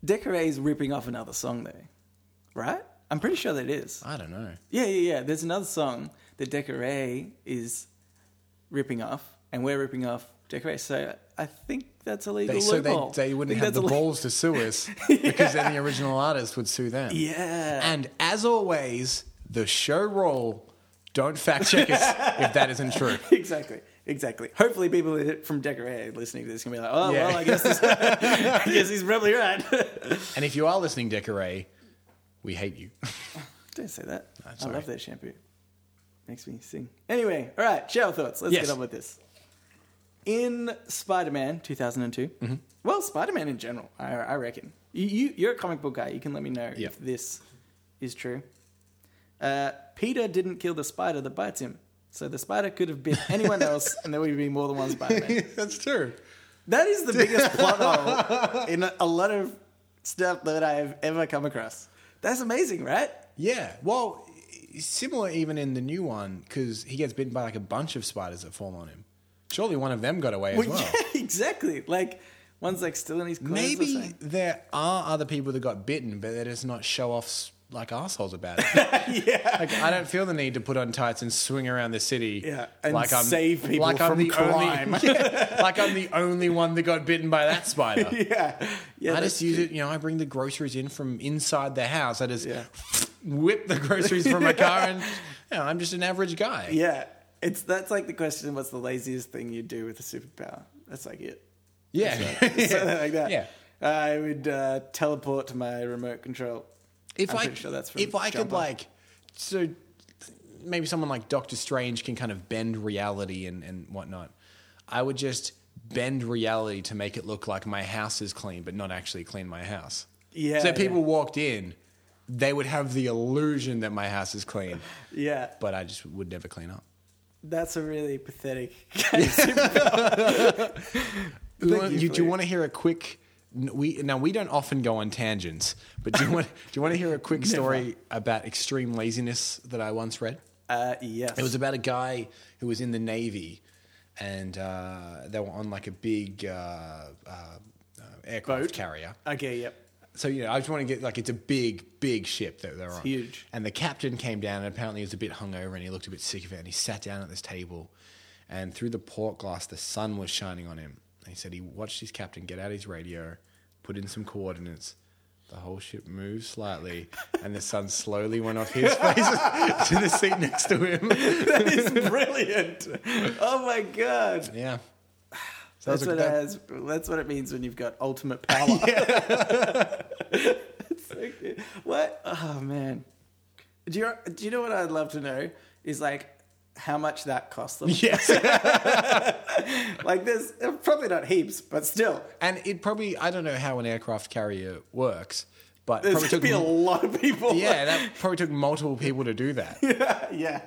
Decoré is ripping off another song, though, right? I'm pretty sure that it is. I don't know. Yeah, yeah, yeah. There's another song that Decoré is ripping off, and we're ripping off Decoré. So I think that's a legal They, so they, loophole. they wouldn't I think have the that's a le- balls to sue us because then the original artist would sue them. Yeah. And as always, the show roll. Don't fact check us if that isn't true. Exactly. Exactly. Hopefully, people from Decoré listening to this can be like, "Oh, Yeah. well, I guess, this, I guess he's probably right." And if you are listening, Decoray, we hate you. Don't say that. I sorry. love that shampoo. Makes me sing. Anyway, all right, shower thoughts. Let's Yes. get on with this. In Spider Man 2002, Mm-hmm. well, Spider Man in general, I, I reckon. You, you, you're a comic book guy. You can let me know Yeah. if this is true. Uh, Peter didn't kill the spider that bites him. So the spider could have bit anyone else, and there would be more than one Spider Man. That's true. That is the biggest plot hole in a lot of stuff that I have ever come across. That's amazing, right? Yeah. Well, similar even in the new one because he gets bitten by like a bunch of spiders that fall on him. Surely one of them got away as Well, well. yeah, exactly. Like one's like still in his clothes. or Maybe something. there are other people that got bitten, but they just not show offs like assholes about it. yeah. like I don't feel the need to put on tights and swing around the city. Yeah, and save people from crime. Only, Yeah, like I'm the only one that got bitten by that spider. yeah, yeah. I that's just use true. it, you know, I bring the groceries in from inside the house. I just Yeah. whip the groceries from my car and you know, I'm just an average guy. Yeah, it's that's like the question: What's the laziest thing you do with a superpower? That's like it. Yeah. Something like that. Yeah. I would uh, teleport to my remote control. if I'm I pretty sure that's from if I could Jumper. like so maybe someone like Doctor Strange can kind of bend reality and, and whatnot. I would just bend reality to make it look like my house is clean, but not actually clean my house. Yeah, So if people yeah. walked in, they would have the illusion that my house is clean, Yeah, but I just would never clean up. that's a really pathetic. Do you, Thank want, you you, for do you your- want to hear a quick? n- We now we don't often go on tangents, but do you want do you want to hear a quick story about extreme laziness that I once read? uh, yes, It was about a guy who was in the navy, and uh, they were on like a big uh, uh, uh, aircraft Boat? carrier. okay. Yep. So you know, I just want to get like it's a big, big ship that they're on. huge. And the captain came down, and apparently he was a bit hungover, and he looked a bit sick of it. And he sat down at this table, and through the port glass, the sun was shining on him. And he said he watched his captain get out his radio, put in some coordinates. The whole ship moved slightly, and the sun slowly went off his face to the seat next to him. That is brilliant. Oh my god. Yeah. So That's that was a- what, it that- has, that's what it means when you've got ultimate power. It's so good. what? Oh man. Do you do you know what I'd love to know is like how much that cost them? Yes. Like there's probably not heaps, but still, and it probably, I don't know how an aircraft carrier works, but there's probably gonna took, be a m- lot of people. yeah, that probably took multiple people to do that. yeah.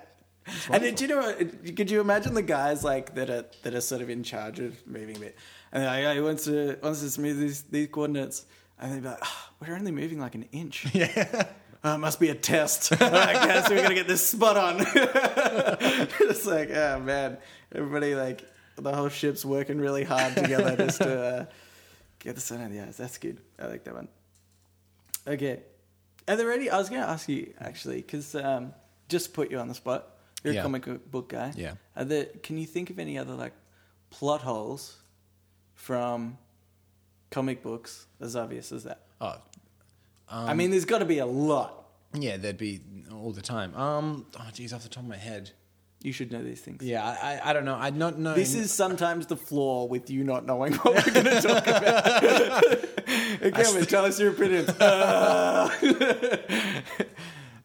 And it, do you know? what- it- Could you imagine the guys like that are that are sort of in charge of moving a bit, and they're like, "Oh, he wants to wants to move these these coordinates," and they'd be like, oh, "We're only moving like an inch." Yeah. Oh, it must be a test. All right, guys, we're gonna get this spot on. it's like, oh man, everybody like the whole ship's working really hard together just to uh, get the sun out of the eyes. That's good. I like that one. Okay. Are there any? I was going to ask you actually, because um, just to put you on the spot, you're Yeah. a comic book guy. Yeah. Are there? Can you think of any other like plot holes from comic books as obvious as that? Oh, Um, I mean, there's got to be a lot. yeah, that'd be all the time. Um, oh, geez, off the top of my head. You should know these things. Yeah, I, I, I don't know. I'd not know. This is sometimes the flaw with you not knowing what we're going to talk about. okay, well, tell us your opinions.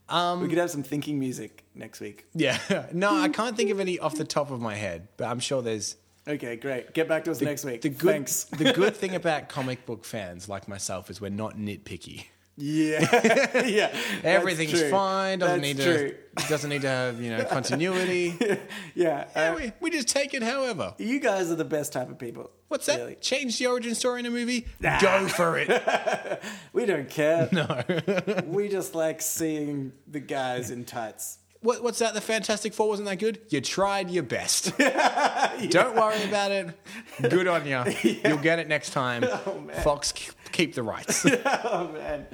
um, we could have some thinking music next week. Yeah. no, I can't think of any off the top of my head, but I'm sure there's. Okay, great. Get back to us next week. The good, Thanks. the good thing about comic book fans like myself is we're not nitpicky. Yeah, yeah. Everything's That's true. fine. Doesn't That's need true. to. Doesn't need to have you know continuity. Yeah. Yeah, uh, we, we just take it however. you guys are the best type of people. What's that? really. Change the origin story in a movie? Go for it. We don't care. No. we just like seeing the guys in tights. what, what's that? The Fantastic Four wasn't that good? You tried your best. Don't worry about it. Good on you. You'll get it next time. Fox, k- keep the rights. Oh, man.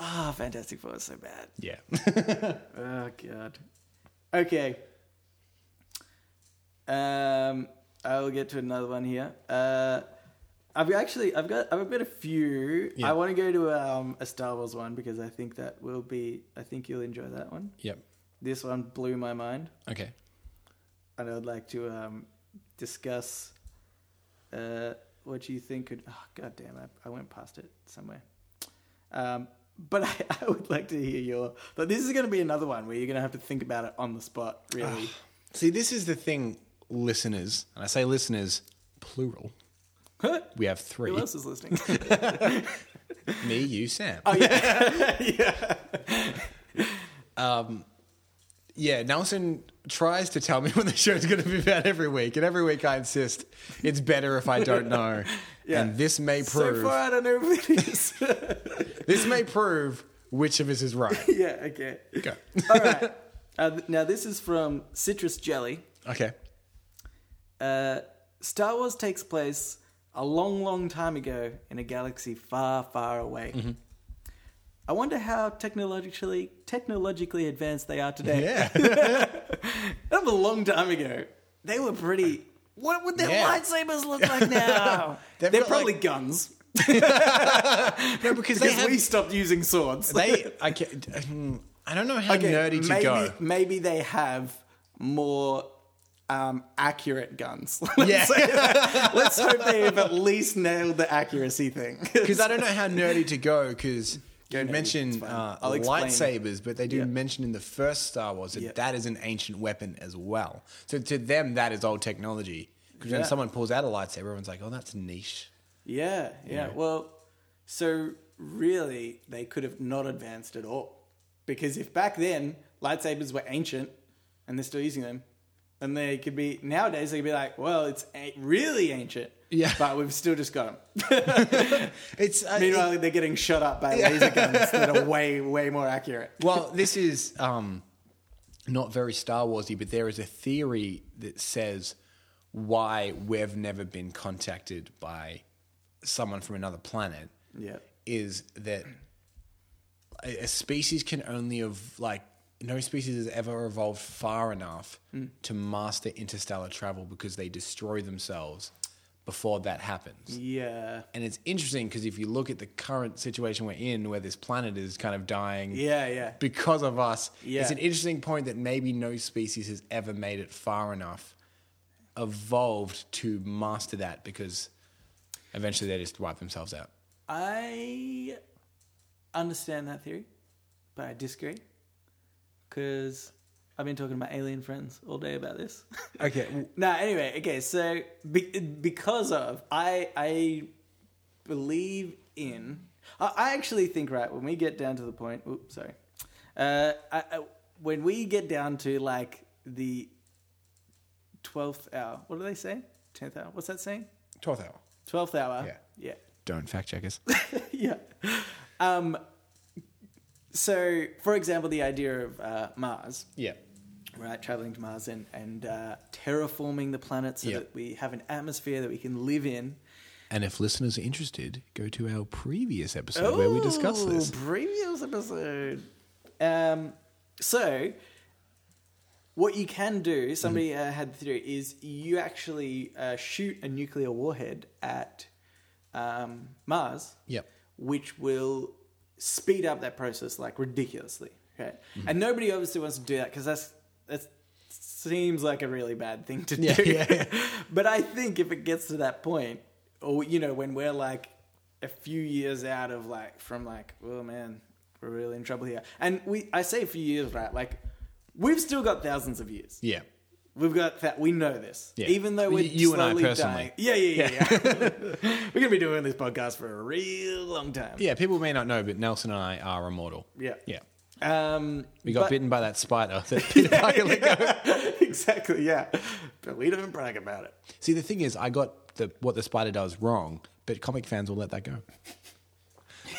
Ah, Fantastic Four is so bad. yeah. Oh, God. Okay. Um, I'll get to another one here. Uh, I've actually, I've got, I've got a few. Yeah. I want to go to um, a Star Wars one because I think that will be, I think you'll enjoy that one. Yep. This one blew my mind, Okay. and I'd like to um, discuss uh, what you think could. Oh, God damn, I, I went past it somewhere. Um, But I, I would like to hear your. But this is going to be another one where you're going to have to think about it on the spot, really. See, this is the thing, listeners, and I say listeners, plural. We have three. Who else is listening? Me, you, Sam. Oh, Um, Yeah, Nelson tries to tell me what the show's going to be about every week, and every week I insist it's better if I don't know. Yeah. And this may prove so far, I don't know if it is. this may prove which of us is right. yeah, okay. Go. All right. Uh, th- now, this is from Citrus Jelly. okay. Uh, Star Wars takes place a long, long time ago in a galaxy far, far away. Mm-hmm. I wonder how technologically technologically advanced they are today. Yeah. That was a long time ago. They were pretty. What would their Yeah. lightsabers look like now? They've They're got, probably like- guns no, because they because have, we stopped using swords. they. I, ca- hmm, I don't know how Okay, nerdy to maybe, go. Maybe they have more um, accurate guns. Yeah. Let's hope they have at least nailed the accuracy thing. Because I don't know how nerdy to go. Because you nerdy, it's mentioned fine. uh, I'll explain. lightsabers, but they do Yeah. mention in the first Star Wars that Yeah. that is an ancient weapon as well. So to them, that is old technology. Because when Yeah. someone pulls out a lightsaber, everyone's like, "Oh, that's niche." yeah, yeah. Well, so really, they could have not advanced at all. Because if back then lightsabers were ancient and they're still using them, then they could be, nowadays, they could be like, well, it's a- really ancient. Yeah. But we've still just got them. It's uh, Meanwhile, they're getting shot up by laser guns that are way, way more accurate. well, this is um, not very Star Warsy, but there is a theory that says why we've never been contacted by someone from another planet. Yeah. is that a, a species can only have like no species has ever evolved far enough Hmm. to master interstellar travel because they destroy themselves before that happens. Yeah. And it's interesting because if you look at the current situation we're in, where this planet is kind of dying, Yeah, yeah. because of us, Yeah. it's an interesting point that maybe no species has ever made it far enough, evolved to master that because eventually they just wipe themselves out. I understand that theory, but I disagree. Because I've been talking to my alien friends all day about this. Okay, no, anyway, okay, so be- because of, I, I believe in, I, I actually think, right, when we get down to the point, oops, sorry. Uh, I, I, when we get down to like the 12th hour, what do they say? 10th hour? What's that saying? twelfth hour. 12th hour. Yeah. Yeah. Don't fact check us. yeah. Um, so, for example, the idea of uh, Mars, yeah. right, traveling to Mars and, and uh, terraforming the planet so Yeah. that we have an atmosphere that we can live in. And if listeners are interested, go to our previous episode where we discuss Ooh, this. Previous episode. Um, so, what you can do, somebody Mm-hmm. uh, had the theory, is you actually uh, shoot a nuclear warhead at um, Mars. Yep. Which will speed up that process like ridiculously. Okay. Mm-hmm. And nobody obviously wants to do that because that's that's seems like a really bad thing to Yeah, do. yeah, yeah. but I think if it gets to that point, or you know, when we're like a few years out of like from like, oh man, we're really in trouble here. And we, I say a few years, right? Like, we've still got thousands of years. Yeah. We've got that. We know this, Yeah. even though we're Y- you and I slowly personally. dying. Yeah, yeah, yeah. yeah. we're gonna be doing this podcast for a real long time. Yeah, people may not know, but Nelson and I are immortal. Yeah. Yeah. Um, We got but- bitten by that spider. That Peter Parker let go. exactly. Yeah, but we don't brag about it. See, the thing is, I got the what the spider does wrong, but comic fans will let that go.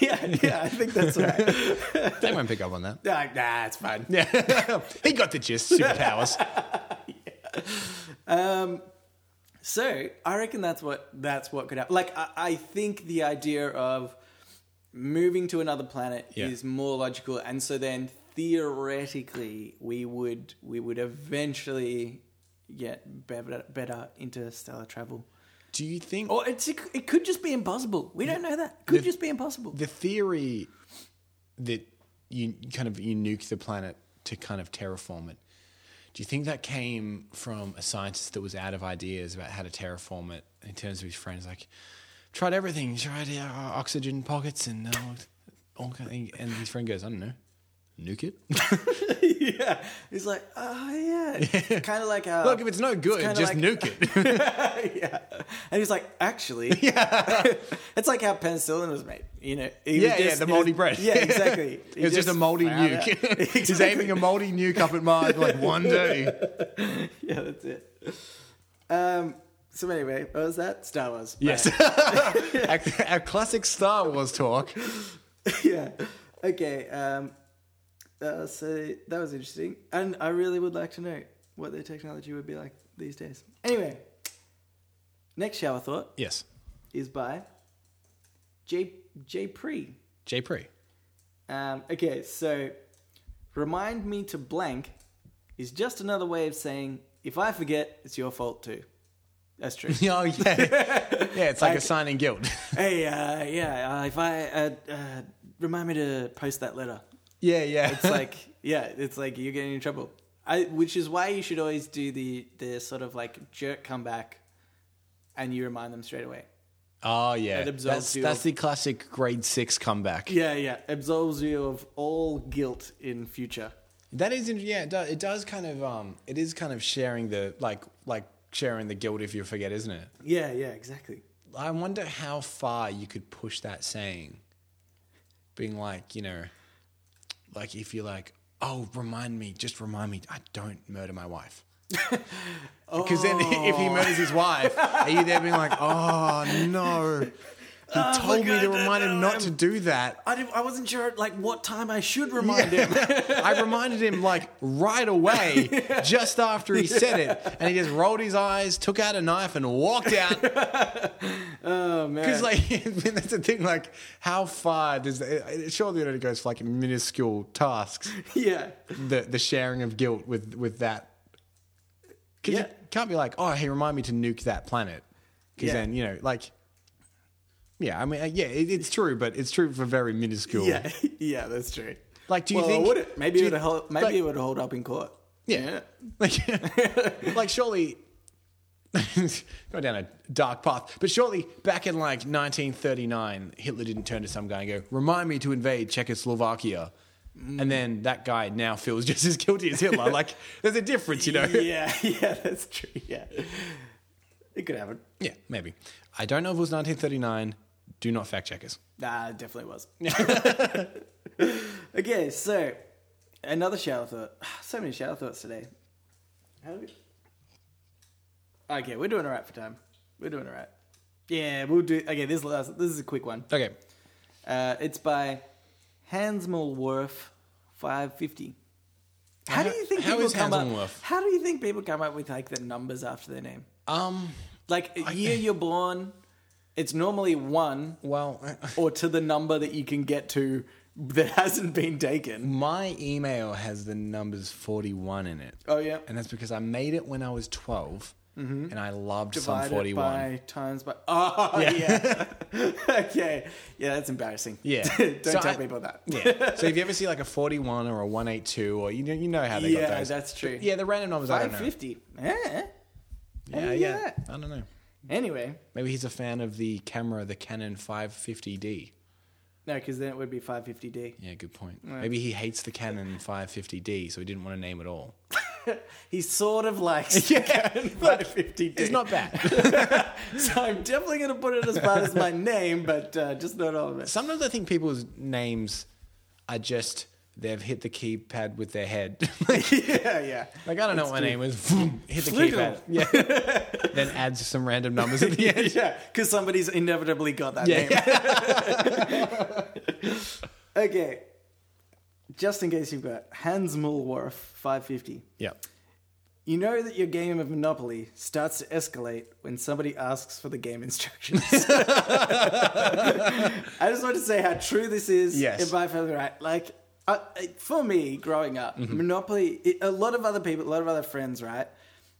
Yeah, yeah. I think that's right. They won't pick up on that. Like, nah, it's fine. Yeah. he got the gist, superpowers. So I reckon that's what that's what could happen. Like I, I think the idea of moving to another planet Yeah. is more logical, and so then theoretically we would we would eventually get better, better interstellar travel. Do you think Or it's it, it could just be impossible. We don't know that. It could The- just be impossible. the theory that you kind of you nuke the planet to kind of terraform it do you think that came from a scientist that was out of ideas about how to terraform it in terms of his friends like tried everything tried uh, oxygen pockets and uh, all kind of, and his friend goes, I don't know, nuke it. yeah. He's like, oh, yeah. Kind of like uh, how. Look, if it's no good, kinda just like- nuke it. yeah. And he's like, actually, it's like how penicillin was made. You know, he Yeah, was yeah, just- the he moldy was- bread. Yeah, exactly. it was just, a moldy found nuke. out. He's aiming a moldy nuke up at Mars like one day. yeah, that's it. Um. So anyway, what was that? Star Wars. Yes. our, our classic Star Wars talk. yeah. Okay. Um. Uh, so that was interesting, and I really would like to know what their technology would be like these days. Anyway, next shower thought Yes. is by J J Pre. J Pre. Um, okay, so remind me to blank is just another way of saying if I forget, it's your fault too. That's true. Oh, yeah. Yeah, it's like Like- assigning guilt. hey, uh, yeah, uh, if I uh, uh, remind me to post that letter, yeah, yeah. it's like yeah, it's like you're getting in trouble. I, which is why you should always do the the sort of like jerk comeback, and you remind them straight away. oh, yeah. It That's, absolves you that's of- the classic grade six comeback. Yeah, yeah, absolves you of all guilt in future. That is, in- yeah, it does, it does kind of, um, it is kind of sharing the, like, like sharing the guilt if you forget, isn't it? Yeah, yeah, exactly. I wonder how far you could push that saying. Being like, you know, like if you're like, oh, remind me, just remind me, I don't murder my wife. Because then if Oh. he murders his wife, are you there being like, oh, no. He told me Oh God, to no, remind him no, not to do that. I, didn't, I wasn't sure like what time I should remind him. I reminded him like right away, just after he said it, and he just rolled his eyes, took out a knife, and walked out. Oh man. Because like that's the thing, like how far does it, surely it only goes for like minuscule tasks. yeah. The the sharing of guilt with with that. Because Yeah. it can't be like, oh, hey, remind me to nuke that planet. Because Yeah. then you know, like, yeah, I mean, uh, yeah, it, it's true, but it's true for very minuscule. Yeah. yeah, that's true. Like, do you Well, think would it? Maybe do it you- would hold, maybe like- it would hold up in court. Yeah. Like, like surely going down a dark path. But surely back in like 1939, Hitler didn't turn to some guy and go, "Remind me to invade Czechoslovakia." And then that guy now feels just as guilty as Hitler. Like there's a difference, you know. yeah, yeah, that's true. Yeah. It could happen. Yeah, maybe. I don't know if it was 1939. Do not fact check us. Nah, it definitely was. okay, so another shower thought. So many shower thoughts today. How do we... Okay, we're doing all right for time. We're doing all right. Yeah, we'll do. Okay, this last. This is a quick one. Okay. Uh, it's by Hansmolworth five fifty. How do you think How people is come up? Hansmolworth? How do you think people come up with like the numbers after their name? Um. Like year you're born, it's normally one Well, or to the number that you can get to that hasn't been taken. my email has the numbers 41 in it. Oh yeah, and that's because I made it when I was 12, and I loved Sum divided 41. Mm-hmm. by times by. Oh yeah. okay. Yeah, that's embarrassing. Yeah. Don't So tell I- people that. yeah. So if you ever see like a 41 or a 182, or you know, you know how they got Yeah, those. that's true. Yeah, the random numbers. I don't Five know. fifty. Yeah. Yeah, yeah, yeah. I don't know. Anyway, Maybe he's a fan of the camera, the Canon 550D. no, because then it would be five fifty D. Yeah, good point. Maybe he hates the Canon 550D, so he didn't want to name it all. He sort of likes Look, 550D. it's not bad. so I'm definitely going to put it as part as my name, but uh, just not all of it. Sometimes I think people's names are just they've hit the keypad with their head. yeah, yeah. Like I don't know what my name is. Vroom, hit the keypad. Flugel. Yeah. then adds some random numbers at the end. Yeah, because somebody's inevitably got that name. Yeah. Okay. Just in case you've got Hans Mulworth 550. Yep. You know that your game of Monopoly starts to escalate when somebody asks for the game instructions. I just want to say how true this is. Yes. If I feel right, like I, I- for me growing up, Mm-hmm. Monopoly. It, a lot of other people, a lot of other friends, right?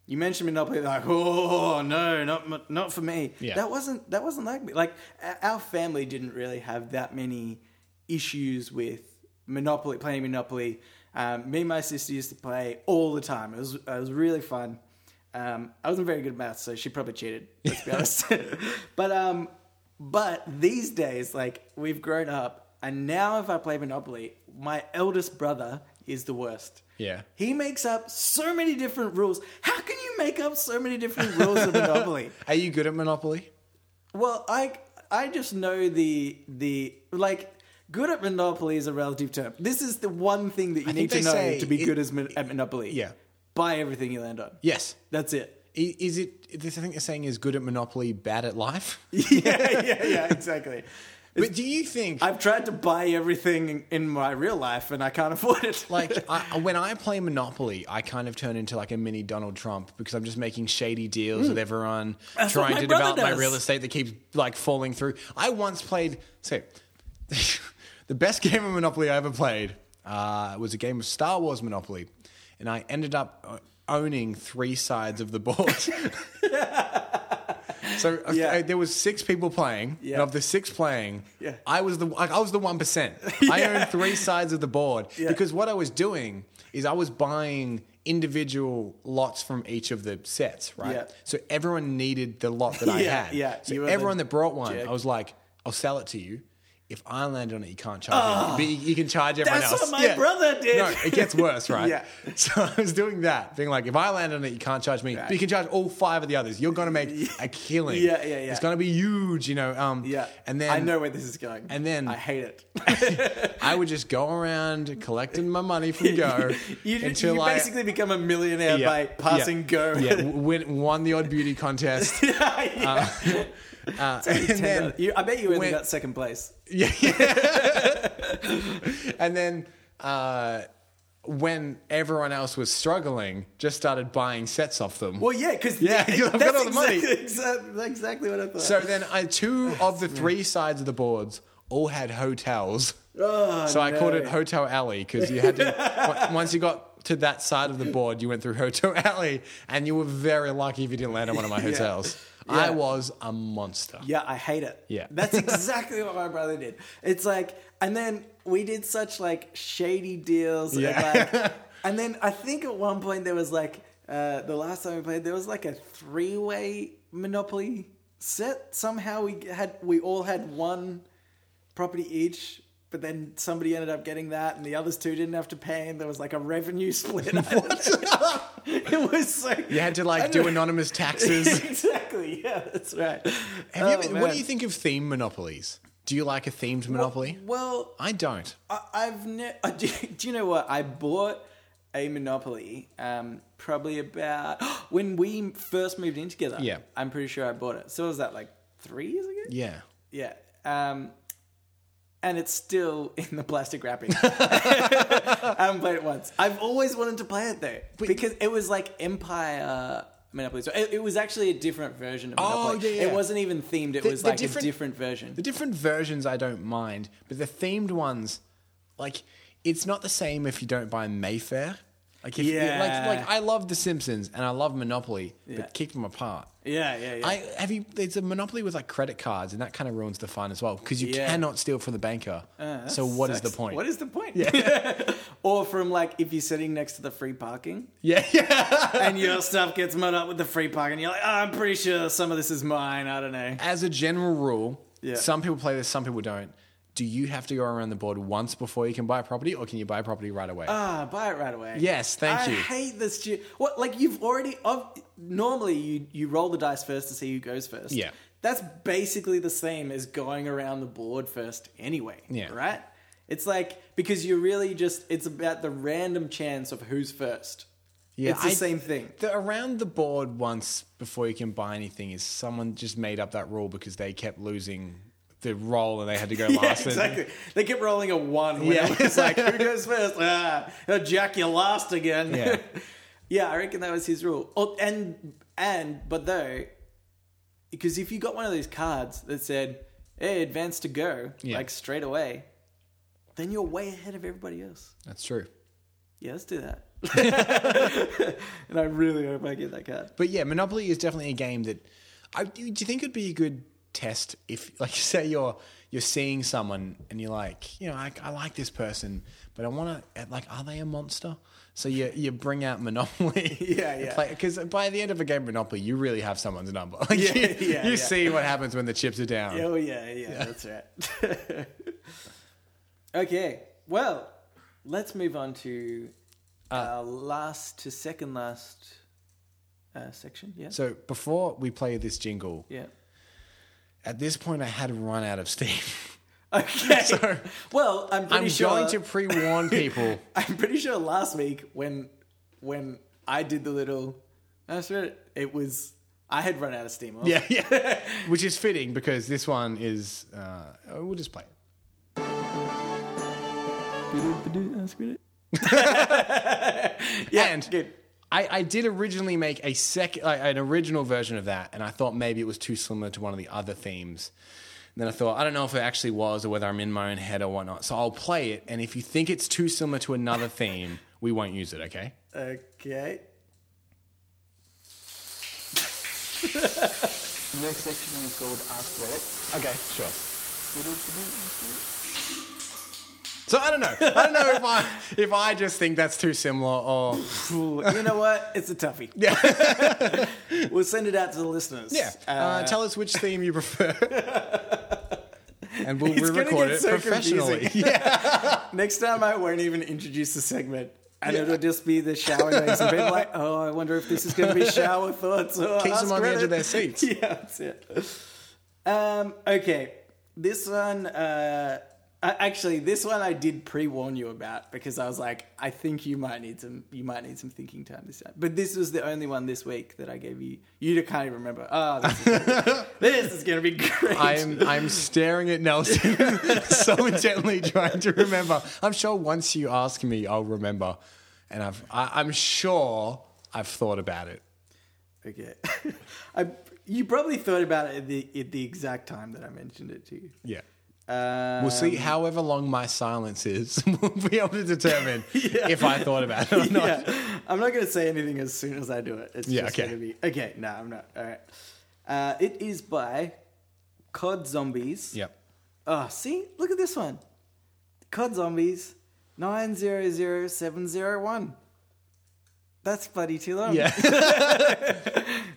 You mentioned Monopoly, they're like, oh no, not mo- not for me. Yeah. That wasn't that wasn't like me. Like o- our family didn't really have that many issues with Monopoly playing Monopoly. Um, me and my sister used to play all the time. It was it was really fun. Um, I wasn't very good at math, so she probably cheated. Let's be honest. but um, but these days, like we've grown up, And now, if I play Monopoly, my eldest brother is the worst. Yeah. He makes up so many different rules. How can you make up so many different rules of Monopoly? Are you good at Monopoly? Well, I I just know the the like good at Monopoly is a relative term. This is the one thing that you I need think to they know say to be it- good as mon- at Monopoly. Yeah. buy everything you land on. Yes. that's it. I- Is it? This I think they're saying is good at Monopoly, bad at life. yeah, yeah, yeah, exactly. But do you think I've tried to buy everything in my real life and I can't afford it. like I, when I play Monopoly, I kind of turn into like a mini Donald Trump because I'm just making shady deals with everyone, Mm. That's what trying my to brother develop my does. real estate that keeps like falling through. I once played so the best game of Monopoly I ever played uh, was a game of Star Wars Monopoly, and I ended up uh, owning three sides of the board. So uh, Yeah. uh, there was six people playing, Yeah. and of the six playing, Yeah. I was the like, I was the one percent. I owned three sides of the board because what I was doing is I was buying individual lots from each of the sets, right? Yeah. So everyone needed the lot that I Yeah, had. yeah. You So were the everyone that brought one, jerk. I was like, I'll sell it to you. If I land on it, you can't charge me. But you, you can charge everyone Ah. That's else. what my brother did. No, it gets worse, right? Yeah. So I was doing that, being like, if I land on it, you can't charge me, but you can charge all five of the others. You're gonna make a killing. Yeah, yeah, yeah. It's gonna be huge, you know. Um, yeah. And then I know where this is going. and then- I hate it. I would just go around collecting my money from Go you until you I basically become a millionaire yeah, by passing yeah, go. Yeah, w- win, won the odd beauty contest. Yeah. Uh, and then you, I bet you ended when- up second place. and then uh, when everyone else was struggling, just started buying sets off them. Well, yeah, because Yeah, 'cause I've got all the money. Exactly, exactly what I thought. So then I two of the three sides of the boards all had hotels. Oh, so I called no. it Hotel Alley because you had to on- once you got to that side of the board, you went through Hotel Alley, and you were very lucky if you didn't land on one of my hotels. Yeah. I was a monster. Yeah, I hate it. Yeah. That's exactly what my brother did. It's like, and then we did such like shady deals. Yeah. And, like, and then I think at one point there was like, uh, the last time we played, there was like a three way Monopoly set. Somehow we had, we all had one property each. But then somebody ended up getting that, and the others two didn't have to pay, and there was like a revenue split. it was so. You had to like do anonymous taxes. exactly. Yeah, that's right. Have you Oh, ever, what man. do you think of themed monopolies? Do you like a themed monopoly? Well, I don't. I, I've ne- do, do you know what? I bought a Monopoly um, probably about when we first moved in together. Yeah. I'm pretty sure I bought it. So was that like three years ago? Yeah. Yeah. Um, and it's still in the plastic wrapping. I haven't played it once. I've always wanted to play it though because it was like Empire Monopoly. So it, it was actually a different version of Oh, Monopoly. yeah, yeah. It wasn't even themed. It The- was the like different- a different version. The different versions I don't mind, but the themed ones, like, it's not the same if you don't buy Mayfair. Like, if, Yeah. like, like I love The Simpsons and I love Monopoly, Yeah. but keep them apart. yeah, yeah, yeah. I have you. It's a monopoly with like credit cards, and that kind of ruins the fun as well because you Yeah. Uh, cannot steal from the banker. That so what is sucks. the point? What is the point? Yeah. or from like if you're sitting next to the free parking yeah, yeah. and your stuff gets mud up with the free parking, you're like, oh, I'm pretty sure some of this is mine. I don't know. As a general rule, Yeah. some people play this, some people don't. Do you have to go around the board once before you can buy a property, or can you buy a property right away? Ah, buy it right away. Yes, thank I you. hate this. Stu- what? Like you've already. Of, normally, you you roll the dice first to see who goes first. Yeah. That's basically the same as going around the board first, anyway. Yeah. Right. It's like because you're really just. It's about the random chance of who's first. Yeah, It's the I- same thing. The around the board once before you can buy anything is someone just made up that rule because they kept losing the roll and they had to go Yeah, last. and- exactly. They kept rolling a one. When Yeah. it was like, who goes first? Ah, oh, Jack, you last again. Yeah. Yeah, I reckon that was his rule. Oh, and and but though, because if you got one of these cards that said, "Hey, advance to go," Yeah. like straight away, then you're way ahead of everybody else. That's true. Yeah, let's do that. and I really hope I get that card. But yeah, Monopoly is definitely a game that I do you think it'd be a good test if like say you're you're seeing someone and you're like, you know, I, I like this person, but I want to like are they a monster? So you you bring out Monopoly. Yeah, yeah. Cuz by the end of a game of Monopoly, you really have someone's number. Like Yeah, you, yeah, you yeah. see what happens when the chips are down. Oh yeah, yeah, that's right. Okay, well, let's move on to Uh. our last to second last uh, section. Yeah. So before we play this jingle, yeah. at this point I had run out of steam. Okay. well, I'm pretty I'm sure. going to pre-warn people. I'm pretty sure last week when when I did the little, that's right. It was I had run out of steam. yeah, yeah. Which is fitting because this one is. Uh, oh, we'll just play it. Yeah. and- good. I, I did originally make a sec like, an original version of that, and I thought maybe it was too similar to one of the other themes. And then I thought, I don't know if it actually was or whether I'm in my own head or whatnot. So I'll play it, and if you think it's too similar to another theme, we won't use it, okay? Okay. Next section is called Ask Reddit. Okay, sure. So I don't know. I don't know if I if I just think that's too similar or Cool. You know what? It's a toughie. Yeah. we'll send it out to the listeners. yeah. Uh, tell us which theme you prefer, and we'll It's gonna re-record get it so professionally. Yeah. Next time, I won't even introduce the segment. And it'll just be the shower noise. And people like, oh, I wonder if this is going to be shower thoughts or Keeps them Ask on the edge Reddit." of their seats. yeah, that's it. Um, okay, this one. Uh, I- actually, this one I did pre-warn you about because I was like, I think you might need some, you might need some thinking time this time. But this was the only one this week that I gave you. You can't even remember. Oh, this is, this is gonna be great. I'm I'm staring at Nelson so intently, trying to remember. I'm sure once you ask me, I'll remember, and I've I, I'm sure I've thought about it. Okay, I, you probably thought about it at the at the exact time that I mentioned it to you. Yeah, Um, we'll see. However long my silence is, we'll be able to determine if I thought about it or not. Yeah. I'm not going to say anything as soon as I do it. It's Yeah, just okay. going to be okay. No, I'm not. All right. Uh, it is by COD Zombies. Yep. Oh, see, look at this one. COD Zombies nine zero zero seven zero one. That's bloody too long. Yeah.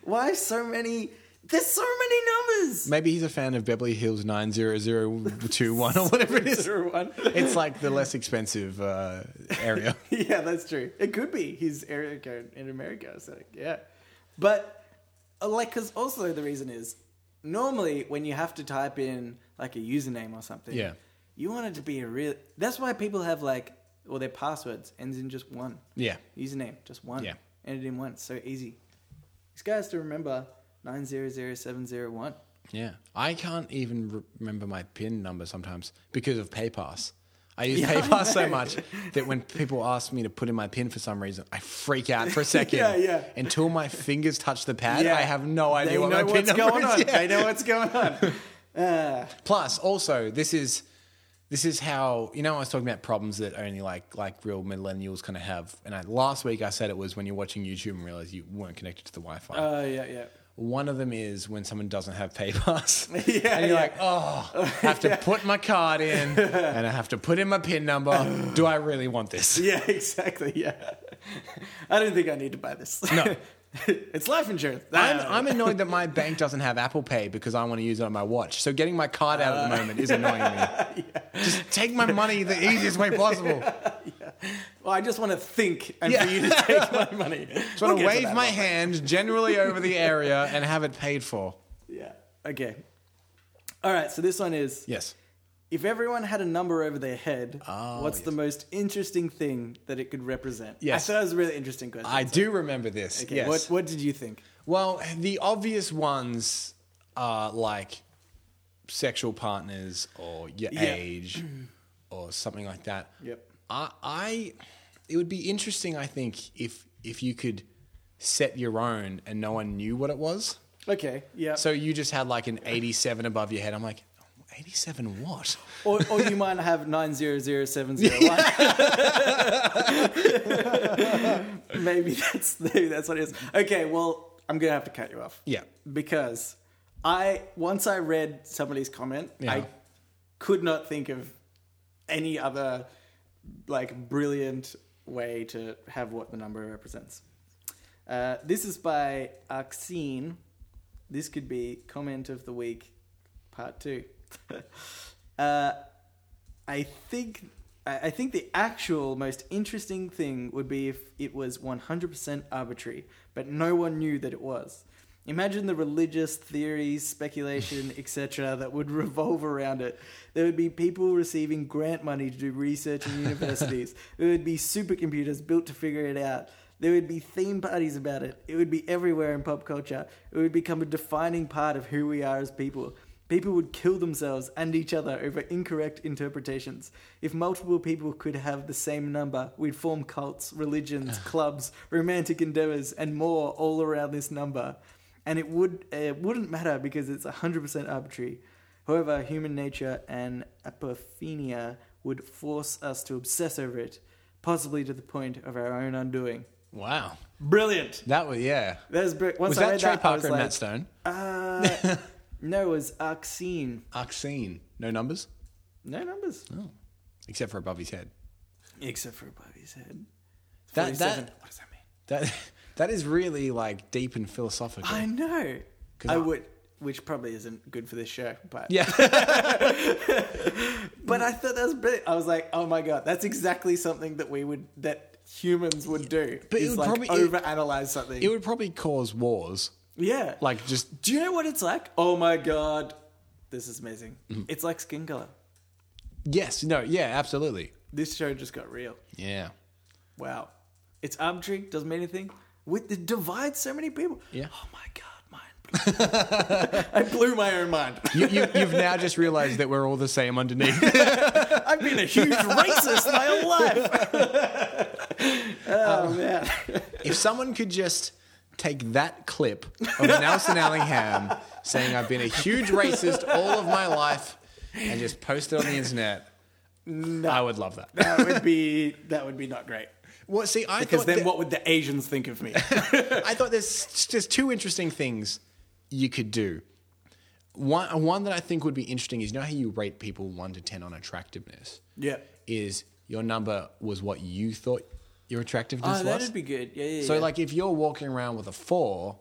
Why so many? There's so many numbers. Maybe he's a fan of Beverly Hills 90021 or whatever it is. Zero one. It's like the less expensive uh, area. yeah, that's true. It could be his area code in America. So yeah, but uh, like, because also the reason is normally when you have to type in like a username or something, Yeah. you want it to be a real. That's why people have like, well, their passwords ends in just one. Yeah. username just one. Yeah. ended in one. So easy. This guy has to remember nine zero zero seven zero one. Yeah, I can't even re- remember my PIN number sometimes because of PayPass. I use Yeah, I PayPass so know. much that when people ask me to put in my PIN for some reason, I freak out for a second. Yeah, yeah. Until my fingers touch the pad, I have no idea They what know my PIN what's number going is. on. Yeah. They know what's going on. Plus, also, this is this is how you know I was talking about problems that only like like real millennials kind of have. And I, last week I said it was when you're watching YouTube and realize you weren't connected to the Wi-Fi. Oh yeah, yeah. One of them is when someone doesn't have PayPass. Yeah, and you're yeah. like, oh, I have to put my card in and I have to put in my PIN number. Do I really want this? Yeah, exactly. Yeah. I don't think I need to buy this. No. it's life insurance. I'm, I'm annoyed that my bank doesn't have Apple Pay because I want to use it on my watch. So getting my card out Uh, at the moment is annoying me. Just take my money the easiest way possible. well, I just want to think and Yeah. for you to take my money. Just want to wave my hand generally over the area and have it paid for. Yeah. Okay. All right. So this one is Yes. if everyone had a number over their head, what's Oh, yes. the most interesting thing that it could represent? Yes. I thought it was a really interesting question. I do remember this. Okay, yes. What, what did you think? Well, the obvious ones are like sexual partners or your Yeah. age or something like that. Yep. I, I it would be interesting I think if if you could set your own and no one knew what it was. Okay. Yeah. So you just had like an 87 above your head. I'm like 87 what? or, or you might have 900701. maybe that's maybe that's what it is. Okay, well, I'm going to have to cut you off. Yeah. Because I once I read somebody's comment, Yeah. I could not think of any other like brilliant way to have what the number represents. Uh, this is by Arxene. This could be comment of the week, part two. uh, I think I I think the actual most interesting thing would be if it was 100% arbitrary, but no one knew that it was. Imagine the religious theories, speculation, etc., that would revolve around it. There would be people receiving grant money to do research in universities. there would be supercomputers built to figure it out. There would be theme parties about it. It would be everywhere in pop culture. It would become a defining part of who we are as people. People would kill themselves and each other over incorrect interpretations. If multiple people could have the same number, we'd form cults, religions, clubs, romantic endeavors, and more all around this number. And it would it wouldn't matter because it's 100% arbitrary. However, human nature and apophenia would force us to obsess over it, possibly to the point of our own undoing. Wow. Brilliant. That was, yeah. That was br- once Was I that read Trey that, I Parker was and like, Matt Stone? Uh, no, it was Arxene. Oxene. No numbers? Oh. No numbers. Except for above his head. Except for above his head. That, 47. that, what does that mean? that, that is really like deep and philosophical. I know. 'Cause I I- would, which probably isn't good for this show, but yeah. but I thought that was brilliant. I was like, oh my god, that's exactly something that we would that humans would do. But it is would like probably- it- overanalyze something. it would probably cause wars. yeah, Like just do you know what it's like? Oh my god, this is amazing. Mm-hmm. It's like skin color. yes, no, yeah, absolutely. This show just got real. Yeah. Wow. It's arbitrary, doesn't mean anything. With it divides so many people. Yeah. Oh my god, mind. blown. I blew my own mind. You, you, you've now just realized that we're all the same underneath. I've been a huge racist my whole life. oh man. if someone could just take that clip of Nelson Allingham saying I've been a huge racist all of my life and just post it on the internet, I would love that. That would be that would be not great. Well, see, I Because thought then that- what would the Asians think of me? I thought there's there's two interesting things you could do. One one that I think would be interesting is you know how you rate people one to ten on attractiveness. yeah. Is your number was what you thought your attractiveness Oh, was? that'd be good. Yeah, yeah. So yeah. like if you're walking around with a four,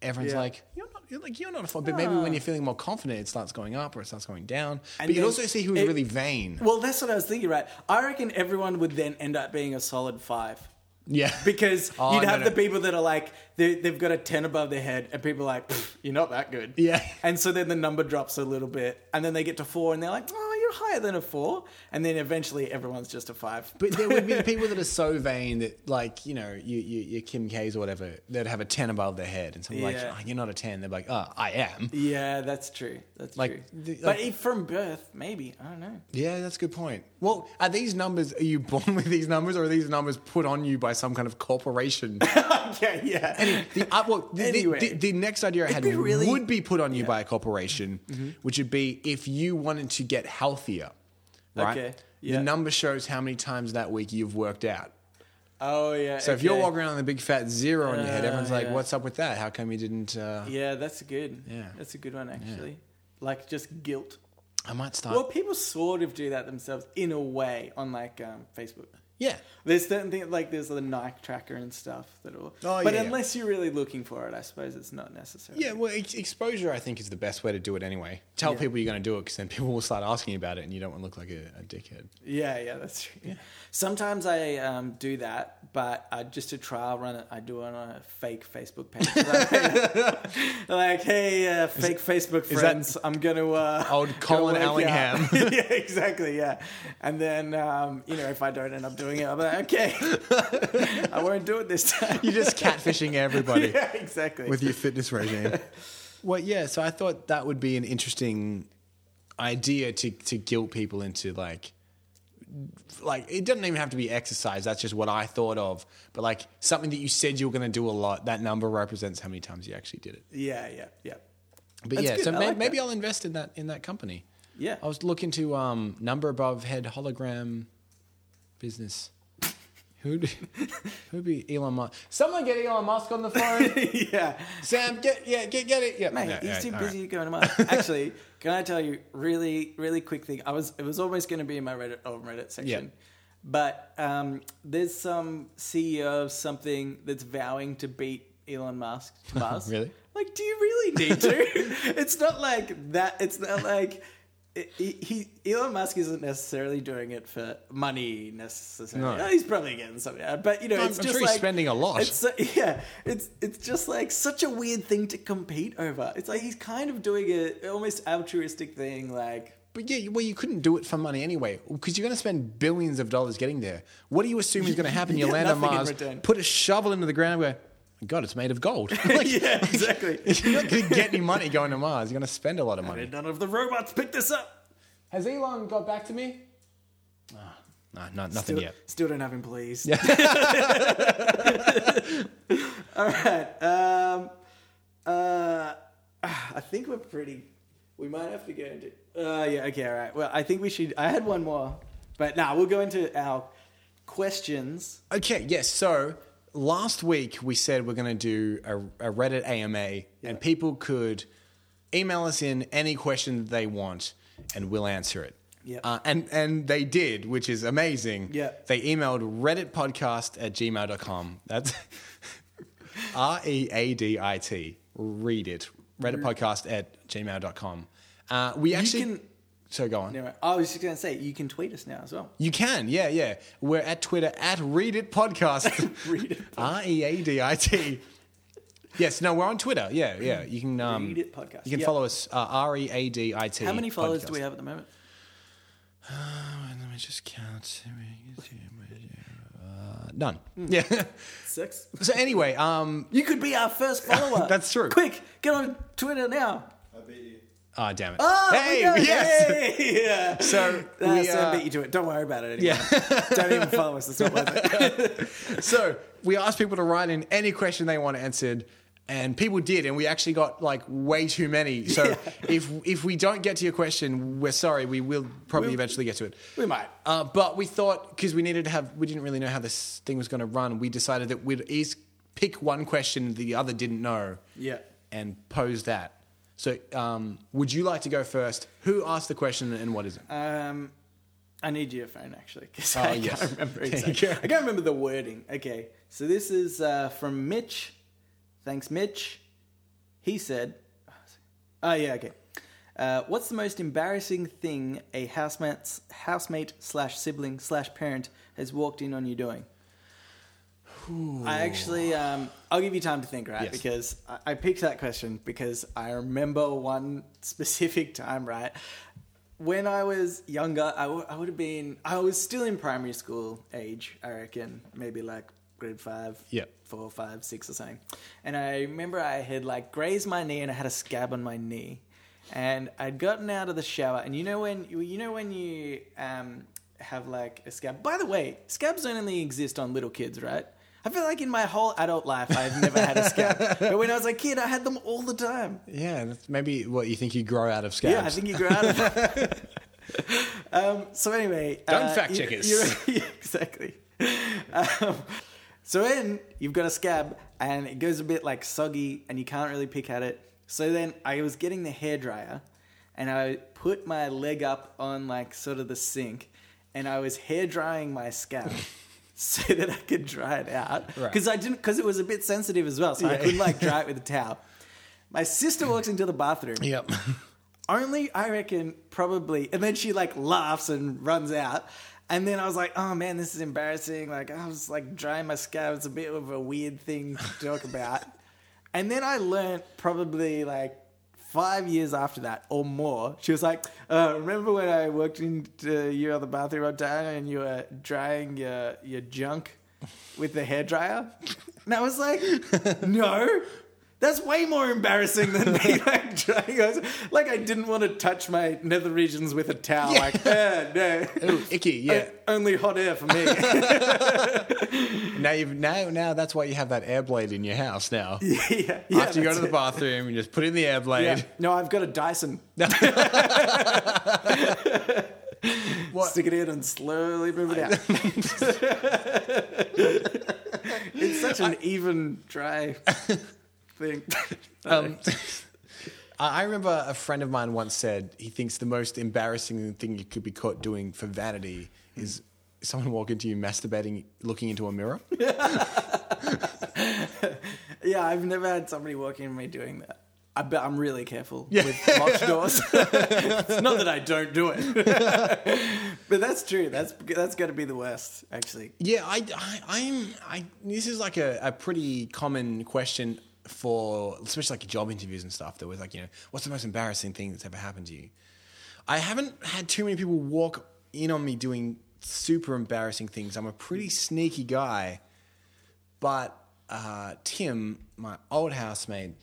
everyone's Yeah. Ah. like, you're not you're like you're not a four. But maybe when you're feeling more confident, it starts going up or it starts going down. And but you'd then also see who's it- really vain. Well, that's what I was thinking, right? I reckon everyone would then end up being a solid five. yeah. Because Oh, you'd no, have no. the people that are like, they, they've got a 10 above their head, and people are like, "Pfft, you're not that good. Yeah. And so then the number drops a little bit, and then they get to four, and they're like, oh, you're higher than a four. And then eventually everyone's just a five. But there would be the people that are so vain that, like, you know, you, you, your Kim K's or whatever, they'd have a 10 above their head. And someone's Yeah. like, oh, you're not a 10. They're like, oh, I am. yeah, that's true. That's Like, true. the- but like- if from birth, maybe. I don't know. Yeah, that's a good point. Well, are these numbers, are you born with these numbers or are these numbers put on you by some kind of corporation? yeah, yeah. the, uh, well, the, the- Anyway. the, the next idea I had be really- Mm-hmm. would be put on you by a corporation, which would be if you wanted to get healthier, right? Okay, yeah. The number shows how many times that week you've worked out. oh, yeah. So if you're okay. walking around with a big fat zero on your head, Uh, everyone's like, yeah. "What's up with that? How come you didn't?" Uh... Yeah, that's good. Yeah. Uh, That's a good one, actually. Like, just guilt. I might start. Well, people sort of do that themselves in a way on like um, Facebook. yeah, There's certain things like there's the Nike tracker and stuff that all. Oh, but yeah, yeah. unless you're really looking for it, I suppose it's not necessary. yeah. Well, ex- exposure I think is the best way to do it anyway. Tell Yeah. people you're going to do it because then people will start asking about it, and you don't want to look like a, a dickhead. yeah, yeah, that's true. Sometimes I um, do that, but uh, just to trial run it, I do it on a fake Facebook page. like, hey, uh, fake Facebook that- friends, I'm gonna uh, Old go Colin work out." Allingham. yeah, exactly. Yeah, and then um, you know if I don't end up doing it, I'm like, okay, I won't do it this time. You're just catfishing everybody. yeah, exactly. with your fitness regime. well, yeah. So I thought that would be an interesting idea to to guilt people into like like it doesn't even have to be exercise that's just what i thought of but like something that you said you were going to do a lot that number represents how many times you actually did it yeah, yeah, yeah, but That's yeah good. so I may- like maybe that. i'll invest in that in that company yeah. i was looking to um number above head hologram business who'd who'd be elon musk someone get elon musk on the phone yeah, sam get yeah get get it yeah mate, Yeah, he's yeah, too all right. busy going to mine. Actually, can I tell you really, really quick thing? I was, it was almost going to be in my Reddit, on Reddit section, but um, there's some CEO of something that's vowing to beat Elon Musk to Mars. Really? Like, do you really need to? it's not like that. It's not like. he, he- Elon Musk isn't necessarily doing it for money necessarily. No. He's probably getting something out, but you know, I'm- it's I'm just sure he's like- spending a lot. It's so- yeah, it's it's just like such a weird thing to compete over. It's like he's kind of doing a almost altruistic thing, like But yeah, well, you couldn't do it for money anyway, because you're going to spend billions of dollars getting there. What do you assume is going to happen? You Yeah, land on nothing in Mars, return. put a shovel into the ground, and go, "My God, it's made of gold. Like, yeah, exactly. You're not going to get any money going to Mars. You're going to spend a lot of money. None of the robots picked this up. Has Elon got back to me? Ah, no, no, nothing Still, yet. still don't have employees. All right. Um, uh, I think we're pretty. We might have to go into. Uh, yeah. Okay. All right. Well, I think we should. I had one more, but now nah, we'll go into our questions. Okay, yes. So last week we said we're going to do a, a Reddit AMA, and people could email us in any question that they want, and we'll answer it. Yeah. Uh, and, and they did, which is amazing. Yeah. They emailed redditpodcast at gmail.com. That's R E A D I T. Read it. Redditpodcast at gmail.com. Uh, we actually. can- so go on. Anyway, I was just gonna say you can tweet us now as well. You can, yeah, yeah. We're at Twitter at Read It Podcast. Read It R E A D I T. Yes, no, we're on Twitter. Yeah, yeah. You can um, Read It Mm-hmm. Podcast. You can Yeah. follow us uh, R E A D I T. How many followers do we have at the moment? Let me just count. Uh, none. Mm. Yeah. Six. so anyway, um, You could be our first follower. That's true. Quick, get on Twitter now. ah, damn it. Oh, hey, we got it. yes. Hey, yeah. So we, Uh, so I uh, beat you to it. Don't worry about it anymore. Don't even follow us. It's not worth it. So we asked people to write in any question they want answered, and people did, and we actually got like way too many. So if if we don't get to your question, we're sorry. We will probably eventually get to it. we might. Uh, but we thought because we needed to have, we didn't really know how this thing was going to run. We decided that we'd each pick one question the other didn't know, Yeah. and pose that. So um, would you like to go first? Who asked the question and what is it? Um, I need your phone actually because Oh, I yes. can't remember There you exactly. go. I can't remember the wording. Okay, so this is uh, from Mitch. Thanks, Mitch. He said, "Oh yeah, okay." Uh, what's the most embarrassing thing a housemate, housemate slash sibling slash parent has walked in on you doing? I actually, um, I'll give you time to think, right? Yes. Because I, I picked that question because I remember one specific time, right? When I was younger, I, w- I would have been, I was still in primary school age, I reckon, maybe like grade five, Yeah. four, five, six or something. And I remember I had like grazed my knee and I had a scab on my knee. And I'd gotten out of the shower, and you know when you know when you um, have like a scab. By the way, scabs don't only exist on little kids, right? I feel like in my whole adult life, I've never had a scab. but when I was a kid, I had them all the time. Yeah, that's maybe what you think you grow out of scabs. Yeah, I think you grew out of it. um, so anyway, Don't uh, fact you- check us. you- yeah, exactly. Um, so then you've got a scab, and it goes a bit like soggy, and you can't really pick at it. So then I was getting the hairdryer, and I put my leg up on like sort of the sink, and I was hair drying my scab. So that I could dry it out, Right. because I didn't, because it was a bit sensitive as well, so I Yeah. couldn't like dry it with a towel. My sister walks into the bathroom, Yep. only I reckon probably and then she like laughs and runs out and then I was like oh man this is embarrassing like I was like drying my scab it's a bit of a weird thing to talk about and then I learnt probably like five years after that or more she was like uh, remember when I walked into you on the bathroom one time and you were drying your your junk with the hairdryer and I was like no that's way more embarrassing than me like trying. I was- Like I didn't want to touch my nether regions with a towel. Like, eh, no, Ooh, icky. Oh, Yeah. only hot air for me. Now you've now now that's why you have that air blade in your house now. yeah, After you go to the bar. bathroom, you just put in the air blade. No, I've got a Dyson. Stick it in and slowly move it out. it's such an even dry thing. Um, I I remember a friend of mine once said he thinks the most embarrassing thing you could be caught doing for vanity is someone walk into you masturbating, looking into a mirror. yeah, I've never had somebody walk in on me doing that. I bet I'm really careful with locked doors. It's Not that I don't do it, but that's true. That's that's got to be the worst, actually. Yeah, I, I, am I, this is like a, a pretty common question for, especially like job interviews and stuff. That was like, you know, what's the most embarrassing thing that's ever happened to you? I haven't had too many people walk in on me doing super embarrassing things. I'm a pretty sneaky guy, but uh, Tim, my old housemate,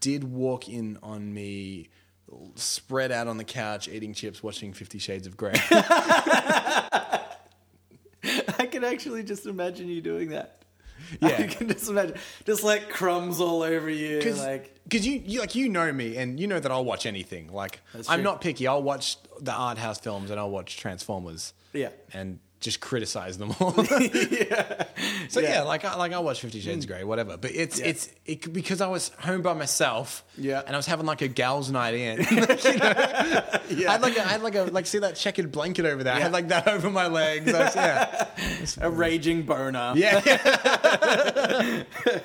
did walk in on me spread out on the couch eating chips, watching Fifty Shades of Grey. I can actually just imagine you doing that. Yeah. I can just imagine, just like crumbs all over you, Cause, like 'cause you, you like you know me and you know that I'll watch anything. Like That's I'm true. not picky. I'll watch the art house films and I'll watch Transformers. Yeah. And just criticize them all. So yeah. like I like I watch Fifty Shades of Mm. Grey, whatever. But it's it's it, because I was home by myself. Yeah. And I was having like a gals night in. Like, you know? I had like a, I had like a like see that checkered blanket over there. I had like that over my legs. I was- yeah. a raging boner. Yeah.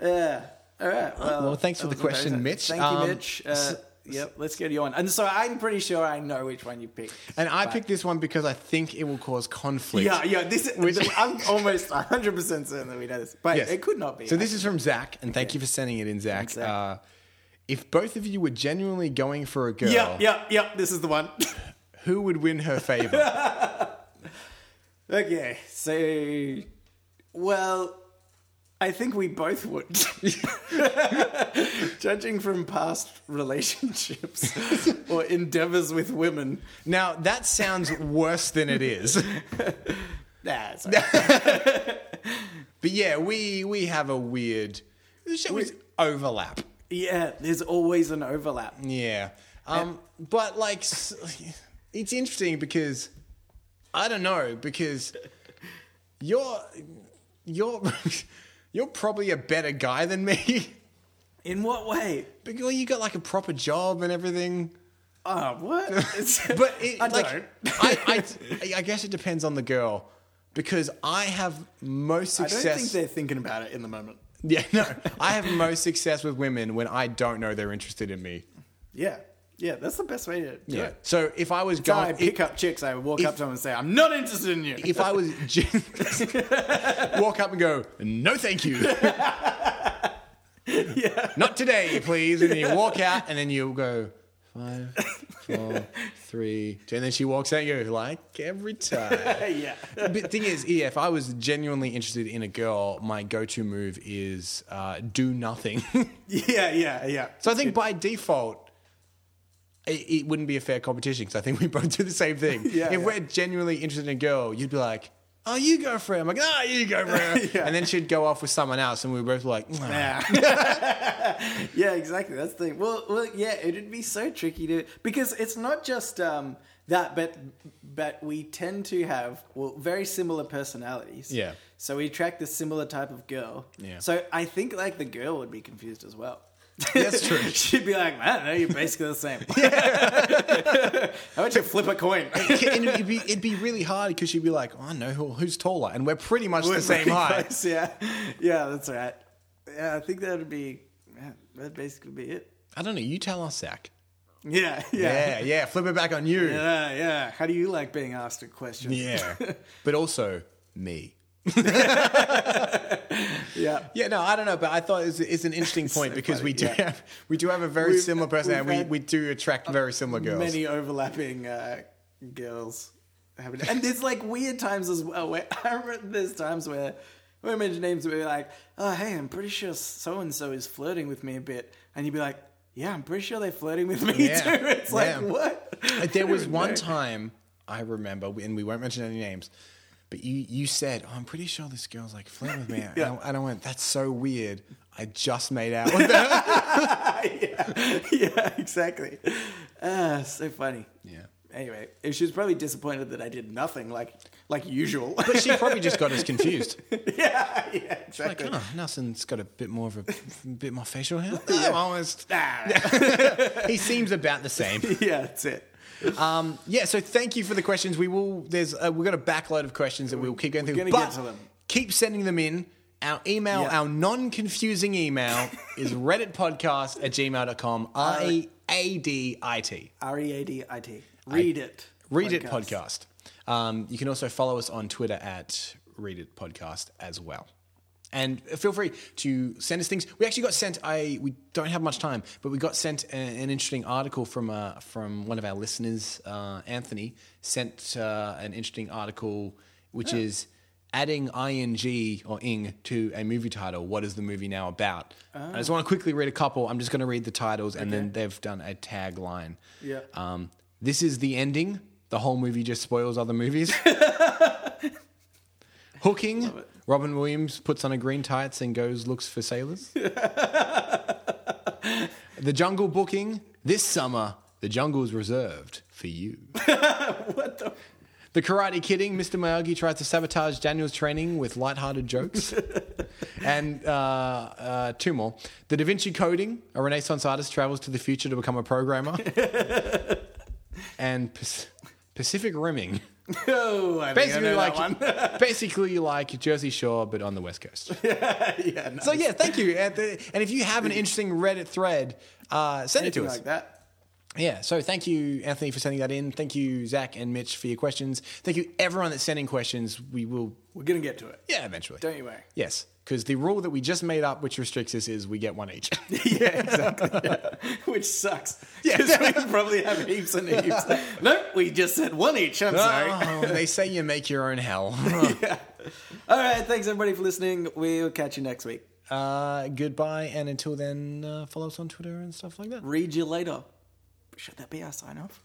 Yeah. All right. Well, Well, thanks for that the was question, amazing. Mitch. Thank Um, you, Mitch. Uh, yep. Let's go to your one. And so I'm pretty sure I know which one you picked. And I But- picked this one because I think it will cause conflict. Yeah, yeah. This is, I'm almost 100 percent certain that we know this, but Yes. it could not be. So this is from Zach, and thank you for sending it in, Zach. Thanks, Zach. Uh, if both of you were genuinely going for a girl, Yeah, yeah, yeah. This is the one. who would win her favor? okay. So, well, I think we both would. Judging from past relationships or endeavors with women, now that sounds worse than it is. nah, it's okay. But yeah, we we have a weird shall we, overlap. yeah. There's always an overlap. Yeah. Um, but like, s- it's interesting because I don't know because you're you're you're probably a better guy than me. In what way? Because well, you got like a proper job and everything. Oh, what? It's- But it, I like, don't. I, I, I guess it depends on the girl because I have most I don't success. think they're thinking about it in the moment. yeah, no, I have most success with women when I don't know they're interested in me. Yeah, yeah. That's the best way to do Yeah. it. So if I was So I going, pick up chicks. I walk if- up to them and say, "I'm not interested in you." if I was gen- walk up and go, no, thank you. Not today, please. And you walk out, and then you go five, four, three, two, and then she walks out. You go like every time. yeah, but thing is, yeah, if I was genuinely interested in a girl, my go-to move is uh, do nothing. yeah, yeah, yeah. so I think by default. It, it wouldn't be a fair competition because I think we both do the same thing. Yeah, if yeah. we're genuinely interested in a girl, you'd be like, "Oh, you go for it." I'm like, "Oh, you go for it," Yeah. and then she'd go off with someone else, and we were both like, "Nah." Yeah. yeah, exactly. That's the thing. Well, well, yeah, it'd be so tricky to because it's not just um, that, but but we tend to have well very similar personalities. Yeah. So we attract the similar type of girl. Yeah. So I think like the girl would be confused as well. That's true. She'd be like, "Man, no, you're basically the same." How about you flip a coin? and it'd be, it'd be really hard because she'd be like, "Oh, I know who, who's taller," and we're pretty much the same Pretty height. close, yeah, yeah, that's right. Yeah, I think that'd be yeah, that'd basically be it. I don't know. You tell us, Zach. Yeah, yeah, Yeah, yeah. Flip it back on you. yeah, yeah. How do you like being asked a question? Yeah. but also me. yeah. Yeah, no, I don't know, but I thought it's, it's an interesting point so because funny, we do yeah. have we do have a very We've- similar person we've and we, had we do attract very similar girls. Many overlapping uh, girls, happen- and there's like weird times as well. Where I remember there's times where women's names would be like, "Oh, hey, I'm pretty sure so and so is flirting with me a bit," and you'd be like, "Yeah, I'm pretty sure they're flirting with me Yeah, too." It's like yeah. what? Uh, There was one No. time I remember, and we won't mention any names, but you you said, oh, "I'm pretty sure this girl's like flirting with me," and, I, and I went, "That's so weird." I just made out with her. yeah, yeah, exactly. Uh, so funny. yeah. Anyway, she was probably disappointed that I did nothing like like usual. But she probably just got us confused. yeah, yeah, Like, exactly. oh, Nelson's got a bit more of a, a bit more facial hair. No, I'm almost. Ah, He seems about the same. yeah, that's it. Um, yeah, so thank you for the questions. We will. There's uh, we've got a backload of questions that we will keep going through. gonna but get to them. Keep sending them in. Our email, Yeah. our non confusing email is redditpodcast at gmail.com. Uh, R E A D I T. R E A D I T. Read it. Read It Podcast. Um, you can also follow us on Twitter at Read It Podcast as well. And feel free to send us things. We actually got sent. I we don't have much time, but we got sent a- an interesting article from uh, from one of our listeners. Uh, Anthony sent uh, an interesting article, which is adding ing or ing to a movie title. What is the movie now about? I just want to quickly read a couple. I'm just going to read the titles, and then they've done a tagline. Yeah. Um, this is the ending. The whole movie just spoils other movies. Hooking. Robin Williams puts on a green tights and goes looks for sailors. the Jungle Booking. This summer, the jungle is reserved for you. What the? The Karate Kidding. Mr. Miyagi tries to sabotage Daniel's training with lighthearted jokes. and uh, uh, two more. The Da Vinci Coding. A Renaissance artist travels to the future to become a programmer. and Pac- Pacific Rimming. Oh, I think I Basically know like, that one. basically like Jersey Shore, but on the West Coast. yeah, no, So yeah, thank you. And the- and if you have an interesting Reddit thread, uh, send it anything to us. like that. Yeah. So thank you, Anthony, for sending that in. Thank you, Zach and Mitch, for your questions. Thank you, everyone that's sending questions. We will, We're gonna get to it. yeah, eventually. Don't you worry. Yes, because the rule that we just made up, which restricts us, is we get one each. Yeah, exactly. Yeah. Which sucks. Yeah. because we probably have heaps and heaps. nope, we just said one each. I'm sorry. Oh, they say you make your own hell. All right, thanks everybody for listening. We'll catch you next week. uh, goodbye, and until then, uh, follow us on Twitter and stuff like that. Read you later. Should that be our sign off?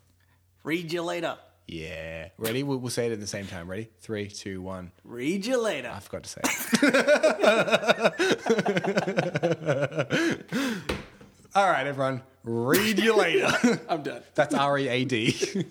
Read you later. Yeah. Ready? We'll, we'll say it at the same time. Ready? Three, two, one. Read you later. I forgot to say. it. All right, everyone. Read you later. I'm done. That's R E A D.